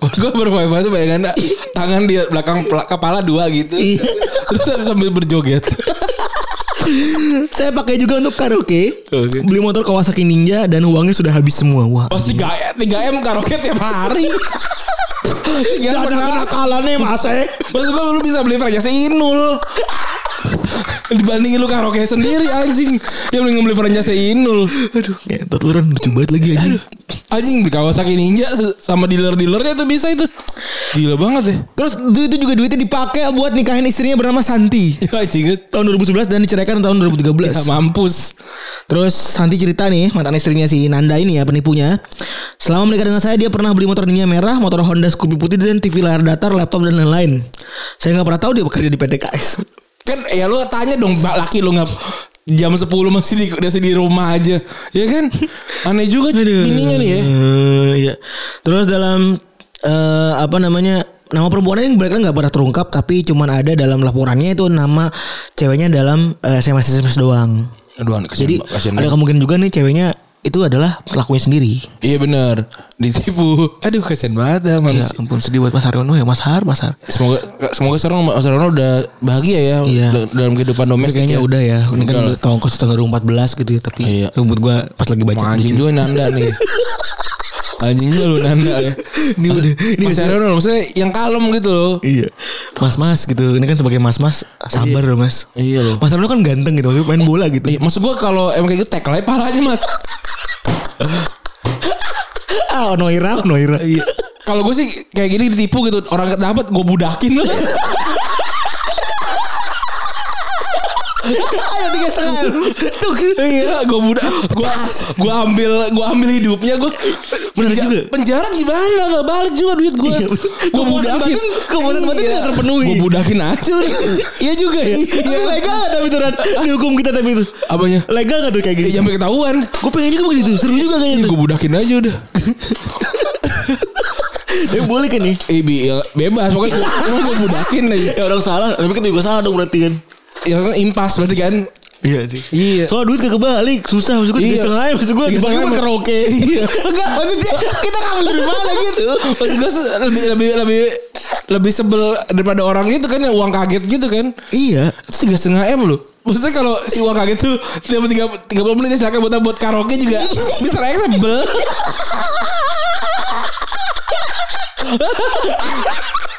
B: gue berwifi tuh bayangan tangan di belakang pela- kepala dua gitu
C: Iya.
B: terus sambil berjoget
C: Saya pakai juga untuk karaoke.
B: Oke.
C: Beli motor Kawasaki Ninja dan uangnya sudah habis semua. Wah.
B: pas 3 3 m karaoke tiap hari ya
C: Dan
B: benar
C: kenakalannya mas eh.
B: Maksud gue lu bisa beli franchise Inul Dibandingin lu karaoke sendiri anjing Ya mending beli franchise Inul
C: Aduh, ngentot lu Ran. lucu banget lagi aja.
B: Anjing di Kawasaki Ninja se- sama dealer-dealernya tuh bisa itu Gila banget ya
C: Terus duit itu juga duitnya dipakai buat nikahin istrinya bernama Santi.
B: Ya anjing ya,
C: Tahun 2011 dan diceraikan tahun 2013.
B: mampus
C: Terus Santi cerita nih mantan istrinya si Nanda ini ya penipunya. Selama menikah dengan saya dia pernah beli motor Ninja merah, motor Honda Scoopy putih dan TV layar datar, laptop dan lain-lain. Saya nggak pernah tahu dia bekerja di PT KS.
B: Kan ya lu tanya dong mbak laki lu nggak jam 10 masih di, masih di rumah aja Ya kan Aneh juga ininya nih ya
C: Eh, iya. Terus dalam eh, apa namanya nama perempuannya yang mereka nggak pernah terungkap tapi cuman ada dalam laporannya itu nama ceweknya dalam eh, SMS SMS doang.
B: Aduh aneh, kasihan,
C: Jadi
B: Mbak, kasihan
C: ada
B: banget.
C: kemungkinan juga nih ceweknya itu adalah pelakunya sendiri.
B: Iya bener Ditipu Aduh kasihan banget ya manusia.
C: ampun sedih buat Mas Haryono ya Mas Har Mas Har.
B: Semoga semoga sekarang Mas Rono udah bahagia ya
C: Iya.
B: da- dalam kehidupan domestik.
C: Kayaknya udah ya. Ini kan
B: Udah
C: udah
B: lah.
C: tahun kos tanggal 14 gitu ya. Tapi
B: Iya.
C: menurut gua pas lagi baca
B: Wah, anjing juga Nanda nih. anjing juga lu Nanda ya.
C: Ini udah ini
B: Mas Rono maksudnya yang kalem gitu loh.
C: Iya. Mas Mas gitu. Ini kan sebagai Mas Mas sabar dong Mas.
B: Iya loh.
C: Mas Haryono kan ganteng gitu. Maksudnya main bola gitu.
B: Iya, maksud gua kalau emang kayak gitu tackle aja palanya Mas.
C: Ah, Noira, Noira. Iya.
B: kalau gue sih kayak gini ditipu gitu orang dapat gue budakin lah.
C: Ayo tiga setengah. Tuh. gitu.
B: iya, gue budak, gue gue ambil gue ambil hidupnya gue
C: Bener juga.
B: penjara gimana nggak balik juga duit gue
C: Iya, bener.
B: gue
C: Kepuasan
B: budakin
C: batin- kepuasan batin nggak terpenuhi.
B: gue budakin iya. aja udah. iya juga ya
C: Ini legal gak tapi tuh Ran? Dihukum kita tapi itu.
B: Apanya?
C: Legal gak tuh kayak
B: Ya,
C: gitu?
B: sampai ketahuan.
C: Gue pengen juga begitu. Seru juga kayaknya.
B: Gue budakin Iya, aja udah. Iya,
C: Eh boleh kan nih?
B: Eh bi- ya, bebas pokoknya gue gue budakin aja.
C: Ya orang salah. Tapi kan juga salah dong berarti kan.
B: Ya kan impas berarti kan.
C: Iya sih.
B: Iya.
C: Soalnya duit kagak balik, susah maksud gue
B: Iya.
C: tiga setengah aja, maksud gue
B: Tiga
C: dibagi
B: setengah
C: buat
B: mah-
C: karaoke.
B: Iya.
C: Enggak, maksudnya kita nggak beli di mana gitu.
B: Maksud gue se- lebih lebih lebih lebih sebel daripada orang itu kan yang uang kaget gitu kan.
C: Iya.
B: Tiga setengah m loh. Maksudnya kalau si uang kaget tuh tiap tiga tiga puluh menit silakan buat buat karaoke juga bisa naik sebel.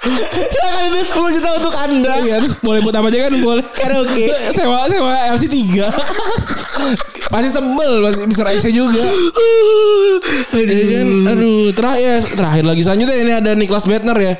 C: Saya akan ini 10 juta untuk Anda.
B: Iya terus boleh buat apa aja kan boleh.
C: Karaoke.
B: Sewa sewa LC 3 Pasti sebel pasti bisa naik juga. Iya
C: gitu.
B: kan? Aduh, terakhir ya, terakhir lagi selanjutnya ini ada Niklas Bettner ya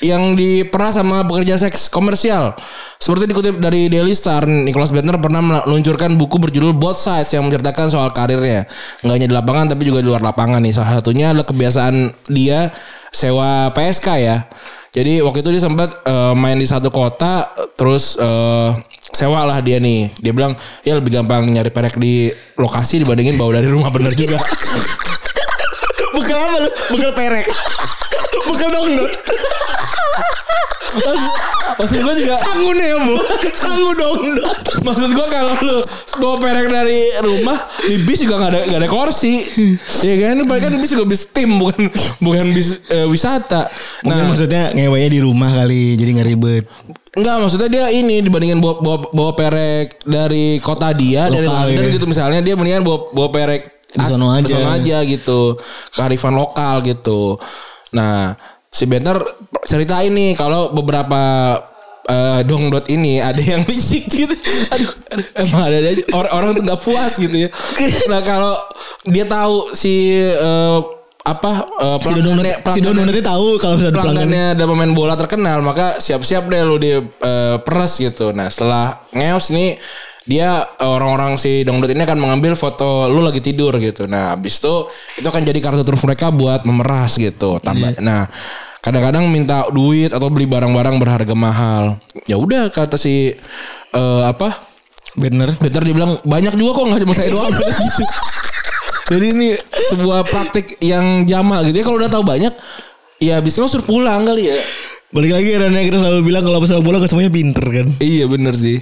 B: yang diperas sama pekerja seks komersial. Seperti dikutip dari Daily Star, Niklas Bettner pernah meluncurkan buku berjudul Both Sides yang menceritakan soal karirnya. Nggak hanya di lapangan tapi juga di luar lapangan nih. Salah satunya adalah kebiasaan dia sewa PSK ya. Jadi waktu itu dia sempat eh, main di satu kota terus eh, sewa lah dia nih dia bilang ya lebih gampang nyari perek di lokasi dibandingin bawa dari rumah bener juga
C: Bekal apa lu? Bekal perek. Bekal dong lu.
B: maksud gue juga
C: Sanggu nemo. Sanggu dong lu.
B: maksud gue kalau lu bawa perek dari rumah di bis juga nggak ada nggak ada kursi ya kan bahkan bis juga bis tim bukan bukan bis eh, wisata
C: Mungkin
B: nah
C: maksudnya ngewenya di rumah kali, jadi nggak ribet.
B: Enggak maksudnya dia ini dibandingin bawa, bawa, bawa perek dari kota dia dari
C: Lokal,
B: London
C: ya.
B: gitu misalnya dia mendingan bawa, bawa perek
C: Di sono
B: as-
C: aja.
B: sono aja gitu kearifan lokal gitu. Nah si Bentar cerita ini kalau beberapa eh, dongdot ini ada yang licik gitu. Aduh, aduh emang ada aja Or- orang tuh nggak puas gitu ya. Nah kalau dia tahu si eh, apa eh,
C: Si Dono
B: pelanggannya-
C: si Dono nanti tahu kalau misalnya ada pelanggan.
B: pelanggannya ada pemain bola terkenal maka siap-siap deh lu di eh, peres gitu. Nah, setelah ngeos nih dia eh, orang-orang si dangdut ini akan mengambil foto lu lagi tidur gitu. Nah, habis itu itu akan jadi kartu truf mereka buat memeras gitu. Tambah.
C: Iya.
B: Nah, kadang-kadang minta duit atau beli barang-barang berharga mahal. Ya udah kata si eh, apa?
C: Bener.
B: Peter dibilang banyak juga kok nggak cuma saya doang. Jadi ini sebuah praktik yang jamak gitu. Ya, kalau udah tahu banyak, ya bisa lo suruh pulang kali ya.
C: Balik lagi Rana kita selalu bilang kalau masalah bola gak semuanya pinter kan.
B: Iya bener sih.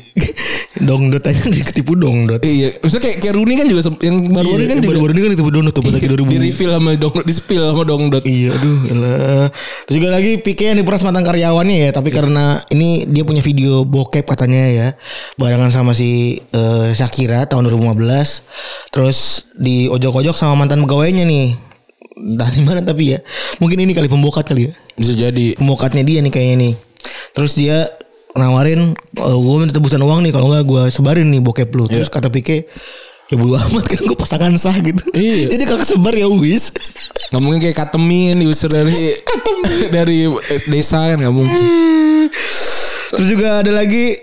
C: Dongdot aja ketipu dongdot.
B: Iya, maksudnya kayak, kayak Rooney kan juga sem- yang baru-baru
C: Iya,
B: kan juga
C: baru-baru ini kan ketipu dongdot tuh pas lagi 2000.
B: di refill sama dong di spill sama dongdot.
C: Iya aduh elah. Terus juga lagi Pique yang diperas mantan karyawannya ya Tapi karena ini dia punya video bokep katanya ya Barengan sama si eh, Shakira tahun 2015 Terus diojok-ojok sama mantan pegawainya nih Entah di mana tapi ya Mungkin ini kali pembokat kali ya
B: Bisa jadi.
C: Pembokatnya dia nih kayaknya nih Terus dia nawarin kalau gue minta tebusan uang nih kalau nggak gue sebarin nih bokep lu terus kata Pique ya bodo amat kan gue pasangan sah gitu
B: Iya.
C: jadi kalau sebar ya wis
B: Gak mungkin kayak katemin diusir dari dari desa kan gak mungkin.
C: Terus juga ada lagi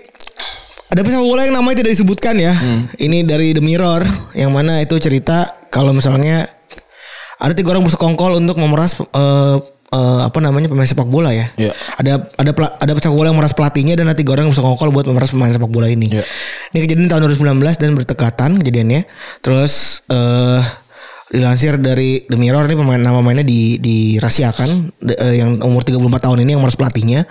C: ada sepak bola yang namanya tidak disebutkan ya.
B: Hmm.
C: Ini dari The Mirror yang mana itu cerita kalau misalnya ada tiga orang bersekongkol untuk memeras eh, eh, apa namanya pemain sepak bola ya.
B: Iya.
C: Ada ada pela- ada sepak bola yang memeras pelatihnya dan ada tiga orang yang bersekongkol buat memeras pemain sepak bola ini.
B: Iya.
C: Ini kejadian tahun 2019 dan bertekatan kejadiannya. Terus eh dilansir dari The Mirror ini pemain nama mainnya di dirahasiakan De- eh, yang umur 34 tahun ini yang harus pelatihnya.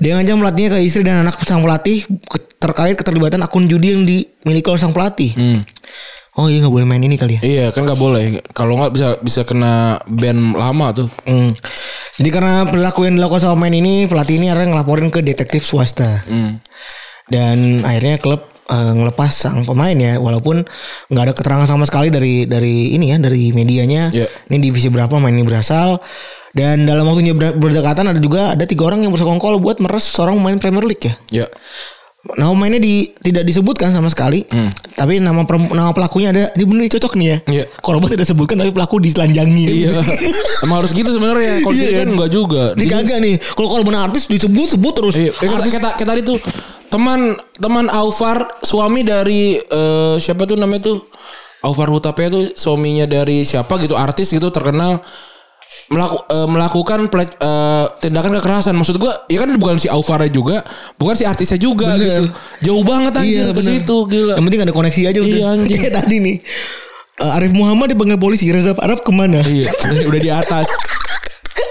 C: Dia ngajak pelatihnya ke istri dan anak sang pelatih ke- terkait keterlibatan akun judi yang dimiliki oleh sang pelatih. Oh iya nggak boleh main ini kali ya.
B: Iya kan gak boleh. Kalau nggak bisa bisa kena ban lama tuh.
C: Hmm. Jadi karena perilaku yang dilakukan sama pemain ini, pelatih ini akhirnya ngelaporin ke detektif swasta.
B: Hmm.
C: Dan akhirnya klub eh, ngelepas sang pemain ya, walaupun nggak ada keterangan sama sekali dari dari ini ya, dari medianya.
B: Iya.
C: Ini divisi berapa main ini berasal. Dan dalam waktunya ber- berdekatan ada juga ada tiga orang yang bersekongkol buat meres seorang pemain Premier League ya.
B: Ya.
C: Nama mainnya di, tidak disebutkan sama sekali, tapi nama perem- nama pelakunya ada. Ini bener ini cocok nih ya.
B: Hmm. Iya.
C: Korban tidak disebutkan tapi pelaku diselanjangi.
B: Iya. Emang harus gitu sebenarnya. Kalau di sini
C: Iya,
B: kan
C: kan?
B: enggak juga.
C: Ini
B: Jadi-
C: kagak nih. Kalau kalau benar artis disebut-sebut terus.
B: Iya, eh, kayak, kayak, kayak tadi tuh teman teman Aufar suami dari eh, siapa tuh namanya tuh Aufar Hutapea tuh suaminya dari siapa gitu artis gitu terkenal melaku, eh, melakukan pelec- eh, tindakan kekerasan maksud gua ya kan bukan si Aufarnya juga bukan si artisnya juga gitu jauh banget anjir ke
C: bener.
B: situ gila
C: iya, Yang penting ada koneksi aja udah.
B: Iya, anjing.
C: Kayak tadi nih. Eh, Arif Muhammad dipanggil polisi Reza Arab kemana?
B: iya udah, udah di atas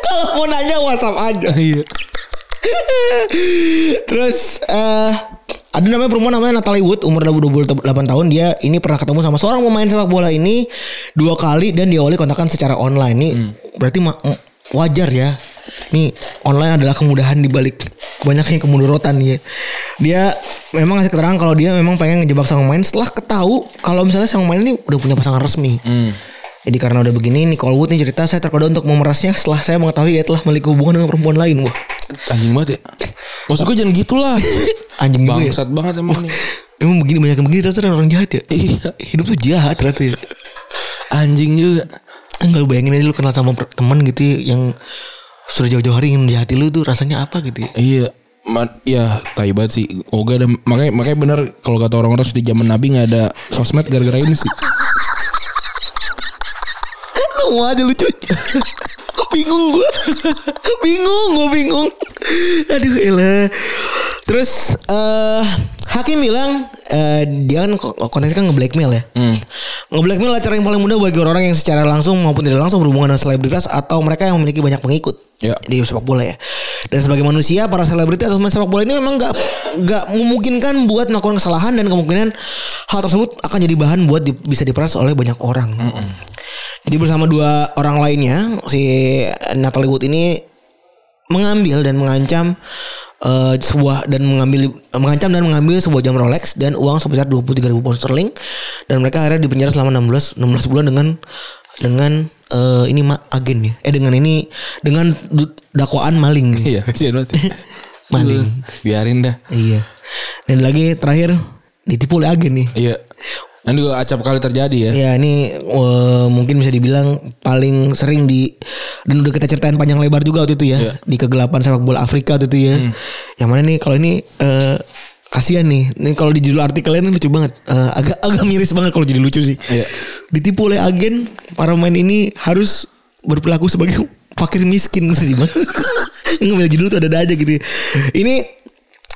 C: Kalau mau nanya WhatsApp aja.
B: iya
C: Terus eh ada namanya perempuan namanya Natalie Wood umur 28 tahun dia ini pernah ketemu sama seorang pemain sepak bola ini dua kali dan dia oleh kontakan secara online nih berarti ma- m- wajar ya nih online adalah kemudahan dibalik banyaknya kemudaratan ya dia memang ngasih keterangan kalau dia memang pengen ngejebak sang pemain setelah ketahu kalau misalnya sang pemain ini udah punya pasangan resmi jadi karena udah begini Nicole Wood nih cerita saya tergoda untuk memerasnya setelah saya mengetahui ia telah memiliki hubungan dengan perempuan lain wah
B: anjing banget ya maksud gua jangan gitulah Iya.
C: anjing juga ya.
B: bangsat banget emang nih
C: Emang begini banyak yang begini ternyata orang jahat ya.
B: Iya.
C: Hidup tuh jahat ternyata ya.
B: anjing juga
C: Enggak lu bayangin aja lu kenal sama per- teman gitu ya, yang sudah jauh-jauh hari ingin menjahati lu tuh rasanya apa gitu ya.
B: Iya, ma- ya tai banget sih. Oga ada makanya makanya benar kalau kata orang-orang di zaman Nabi nggak ada sosmed gara-gara ini sih.
C: Kamu aja lucu. bingung gua. bingung, gua bingung. Aduh elah. Terus eh Hakim bilang eh, dia kan ko- konteksnya kan nge-blackmail ya. Nge-blackmail adalah cara yang paling mudah bagi orang yang secara langsung maupun tidak langsung berhubungan dengan selebritas atau mereka yang memiliki banyak pengikut
B: Ya.
C: di sepak bola ya. Dan sebagai manusia para selebriti atau pemain sepak bola ini memang nggak nggak memungkinkan buat melakukan kesalahan dan kemungkinan hal tersebut akan jadi bahan buat di- bisa diperas oleh banyak orang. Jadi bersama dua orang lainnya si Natalie Wood ini mengambil dan mengancam eh, sebuah dan mengambil mengancam dan mengambil sebuah jam Rolex dan uang sebesar 23.000 pound sterling dan mereka akhirnya dipenjara selama 16 16 bulan dengan dengan eh, ini ma- agen ya. Eh dengan ini dengan du- dakwaan maling.
B: Iya, sih banget.
C: Maling.
B: Biarin dah.
C: iya. Dan lagi terakhir ditipu oleh agen nih.
B: Iya. Nanti juga acap kali terjadi ya.
C: Ya ini eh, mungkin bisa dibilang paling sering di dan udah kita ceritain panjang lebar juga waktu itu ya
B: Iya. Hmm.
C: di kegelapan sepak bola Afrika waktu itu ya. Yang mana nih kalau ini eh, kasihan nih. Nih kalau di judul artikelnya ini lucu banget. Eh, agak agak miris banget kalau jadi lucu sih.
B: Iya.
C: Ditipu oleh agen para pemain ini harus berperilaku sebagai fakir miskin sedih banget. Ngambil judul tuh ada-ada aja gitu. ya. Ini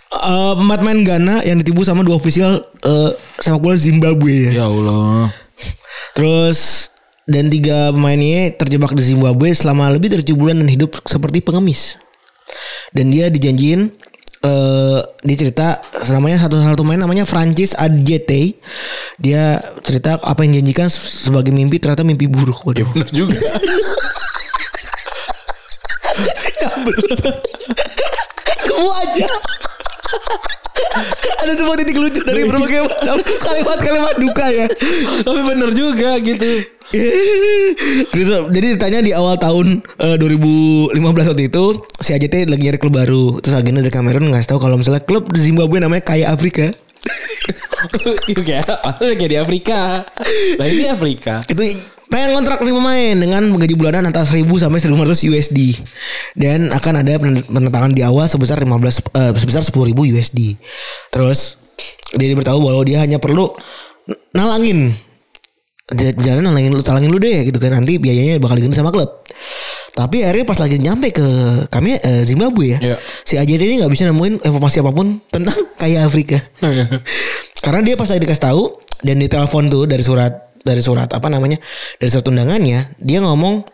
C: eh pemain Ghana yang ditipu sama dua ofisial eh, sepak bola Zimbabwe ya.
B: Ya Allah.
C: Terus dan tiga pemainnya terjebak di Zimbabwe selama lebih dari tujuh bulan dan hidup seperti pengemis. Dan dia dijanjiin eh dia cerita namanya satu satu main namanya Francis Adjete. Dia cerita apa yang dijanjikan sebagai mimpi ternyata mimpi buruk. Waduh.
B: Bener juga.
C: Kamu aja. Ada semua titik lucu dari berbagai macam kalimat-kalimat duka ya.
B: Tapi bener juga gitu.
C: Terus jadi ditanya di awal tahun eh, 2015 waktu itu si AJT lagi nyari klub baru. Terus agennya dari Cameron ngasih tahu kalau misalnya klub di Zimbabwe namanya Kaya Afrika.
B: Juga. Atau Iya, kayak di Afrika. Nah ini Afrika.
C: Itu pengen kontrak lima pemain dengan gaji bulanan antara 1000 sampai 1500 USD. Dan akan ada pen- penentangan di awal sebesar 15 eh, sebesar 10.000 USD. Terus dia diberitahu bahwa dia hanya perlu n- nalangin jalan nalangin lu talangin lu deh gitu kan nanti biayanya bakal diganti sama klub tapi akhirnya pas lagi nyampe ke kami eh, Zimbabwe ya
B: Iya.
C: si AJD ini nggak bisa nemuin informasi apapun tentang kaya Afrika karena dia pas lagi dikasih tahu dan ditelepon tuh dari surat dari surat apa namanya dari surat undangannya dia ngomong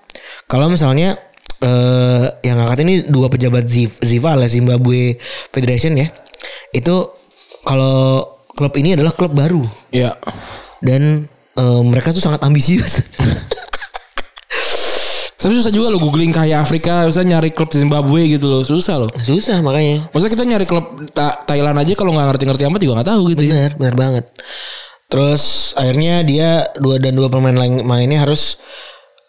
C: kalau misalnya eh, yang ngangkat ini dua pejabat Ziv- Ziva alias Zimbabwe Federation ya itu kalau klub ini adalah klub baru
B: Ya.
C: dan eh, mereka tuh sangat ambisius.
B: Tapi susah juga lo googling kayak Afrika. Susah nyari klub Zimbabwe gitu loh. Susah loh.
C: Susah makanya.
B: Maksudnya kita nyari klub Ta- Thailand aja kalau nggak ngerti-ngerti amat juga nggak tahu gitu ya.
C: Benar, benar banget. Terus akhirnya dia dua dan dua pemain lain mainnya harus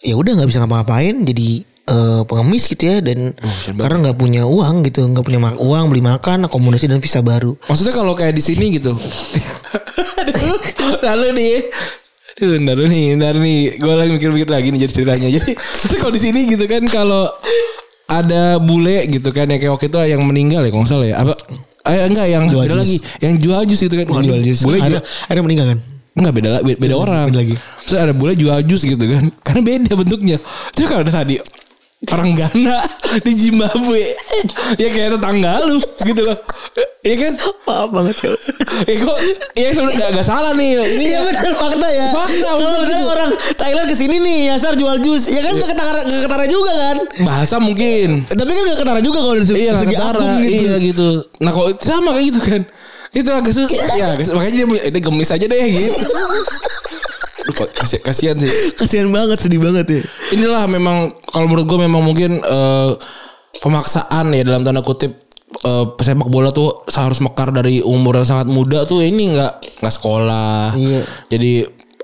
C: ya udah nggak bisa ngapa-ngapain jadi eh, pengemis gitu ya dan karena nggak punya uang gitu nggak punya ma- uang beli makan akomodasi dan visa baru
B: Maksudnya kalau kayak di sini gitu. Aduh, lalu nih. Aduh, ntar dulu nih, ntar nih. Gue lagi mikir-mikir lagi nih jadi ceritanya. Jadi, maksudnya kalau di sini gitu kan kalau ada bule gitu kan yang kayak waktu itu yang meninggal ya kalau nggak salah ya. Apa eh enggak yang
C: Jual
B: beda
C: jus.
B: lagi, yang jual jus gitu kan.
C: jual jus
B: Bule jual,
C: ada ada yang meninggal kan
B: Enggak beda la- beda, beda orang.
C: Beda lagi.
B: Terus ada bule jual jus gitu kan. Karena beda bentuknya. Terus kalau tadi orang Ghana di Zimbabwe ya kayak tetangga lu gitu loh. Ya kan?
C: maaf banget
B: Ya kok ya sebenarnya gak, gak salah nih. Ini
C: Iya
B: ya
C: benar fakta ya.
B: Fakta,
C: Kalau
B: betul
C: misalnya
B: gitu.
C: orang Thailand kesini nih nyasar jual jus, ya kan nggak ketara nggak ketara juga kan?
B: bahasa mungkin.
C: Tapi kan gak ketara juga kalau dari segi,
B: Iya gak
C: segi
B: ketara,
C: akun gitu.
B: Iya gitu. Nah kok sama kayak gitu kan. Itu agak susah. ya, agak- makanya dia punya- dia gemis aja deh gitu. Aduh, kok- kasi- kasihan sih.
C: Kasihan banget, sedih banget ya.
B: inilah memang kalau menurut gue memang mungkin eh, pemaksaan ya dalam tanda kutip eh, pesepak bola tuh harus mekar dari umur yang sangat muda tuh ya ini nggak nggak sekolah
C: Iya.
B: jadi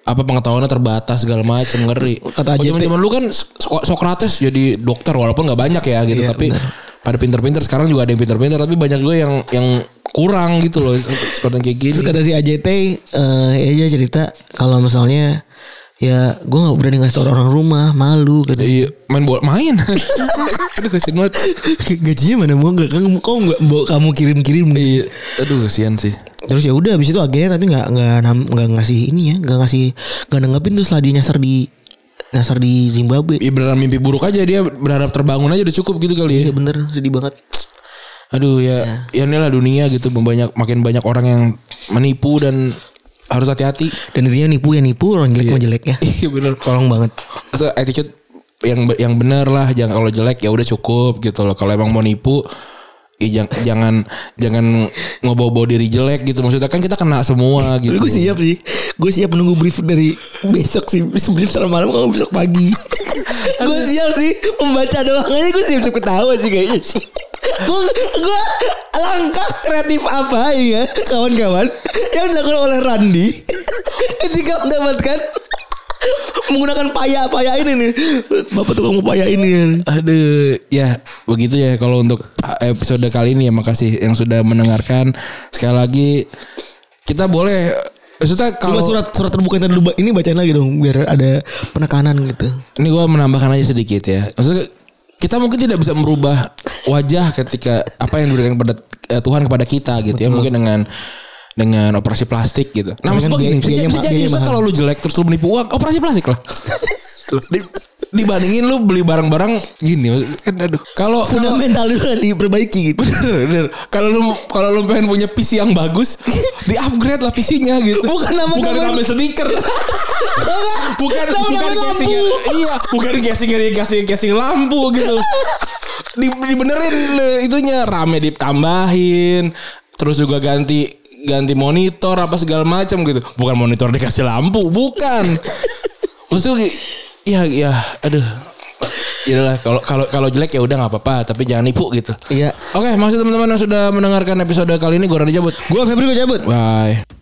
B: apa pengetahuannya terbatas segala macam ngeri Kalau
C: Kata AJT.
B: zaman-zaman lu kan Sok- Sokrates jadi dokter walaupun nggak banyak ya gitu
C: Iya,
B: tapi pada pinter-pinter sekarang juga ada yang pinter-pinter tapi banyak juga yang yang kurang gitu loh seperti yang kayak gini
C: Terus kata si AJT eh ya dia cerita kalau misalnya ya gue nggak berani ngasih tau orang rumah malu gitu. kata
B: Iya, main bola main aduh kasihan banget
C: gajinya mana mau nggak kamu kok nggak bawa kamu kirim kirim
B: iya aduh kasihan sih
C: terus ya udah abis itu akhirnya tapi nggak nggak nam- nggak ngasih ini ya nggak ngasih nggak nanggepin tuh setelah dia nyasar di nyasar di Zimbabwe
B: ya berharap mimpi buruk aja dia berharap terbangun aja udah cukup gitu kali ya.
C: iya bener sedih banget
B: Aduh ya, ya inilah dunia gitu banyak makin banyak orang yang menipu dan harus hati-hati.
C: dan intinya nipu ya nipu orang jelek mah jelek ya
B: Iya bener.
C: tolong banget
B: So, attitude yang be- yang bener lah jangan kalau jelek ya udah cukup gitu loh. Kalau emang mau nipu ya jang- jangan jangan ngebawa-bawa diri jelek gitu. Maksudnya kan kita kena semua gitu.
C: Gue siap sih Gue siap menunggu brief dari besok sih Brief ntar malam kalau besok pagi Gue siap sih Membaca doang aja gue siap-siap ketawa sih kayaknya sih Gue gue langkah kreatif apa ya kawan-kawan Yang dilakukan oleh Randi Ketika mendapatkan Menggunakan paya-paya ini nih Bapak tukang paya ini
B: Aduh, ya begitu ya kalau untuk episode kali ini ya makasih yang sudah mendengarkan. Sekali lagi kita boleh maksudnya
C: Coba
B: kalau
C: surat surat terbuka yang tadi lu ba- ini bacain lagi dong biar ada penekanan gitu.
B: ini gue menambahkan aja sedikit ya. Maksudnya kita mungkin tidak bisa merubah wajah ketika apa yang diberikan kepada eh, Tuhan kepada kita gitu ya. Mungkin dengan dengan operasi plastik gitu. Nah
C: Tapi
B: maksud
C: kan
B: gue gini,
C: biaya-
B: bisa,
C: biayanya
B: bisa
C: ma-
B: jadi
C: biayanya
B: maksudnya
C: mahal.
B: kalau lu jelek terus lu menipu uang, operasi plastik lah. dibandingin lu beli barang-barang gini kan aduh kalau kalau-
C: fundamental dulu kan diperbaiki gitu
B: bener bener kalau lu kalau lu pengen punya PC yang bagus di upgrade lah PC-nya gitu
C: Bukan nama-
B: bukan
C: nama-
B: nambah stiker bukan
C: Nama-
B: bukan
C: nama lampu.
B: casingnya iya bukan casingnya di casing casing lampu gitu di, dibenerin eh, itunya rame ditambahin terus juga ganti ganti monitor apa segala macam gitu bukan monitor dikasih lampu bukan maksudnya ya ya aduh ya udahlah kalau kalau kalau jelek ya udah nggak apa-apa tapi jangan nipu gitu
C: Iya.
B: Oke, makasih teman-teman yang sudah mendengarkan episode kali ini. Gue Rani Jabut.
C: Gua Febri gue cabut
B: Bye.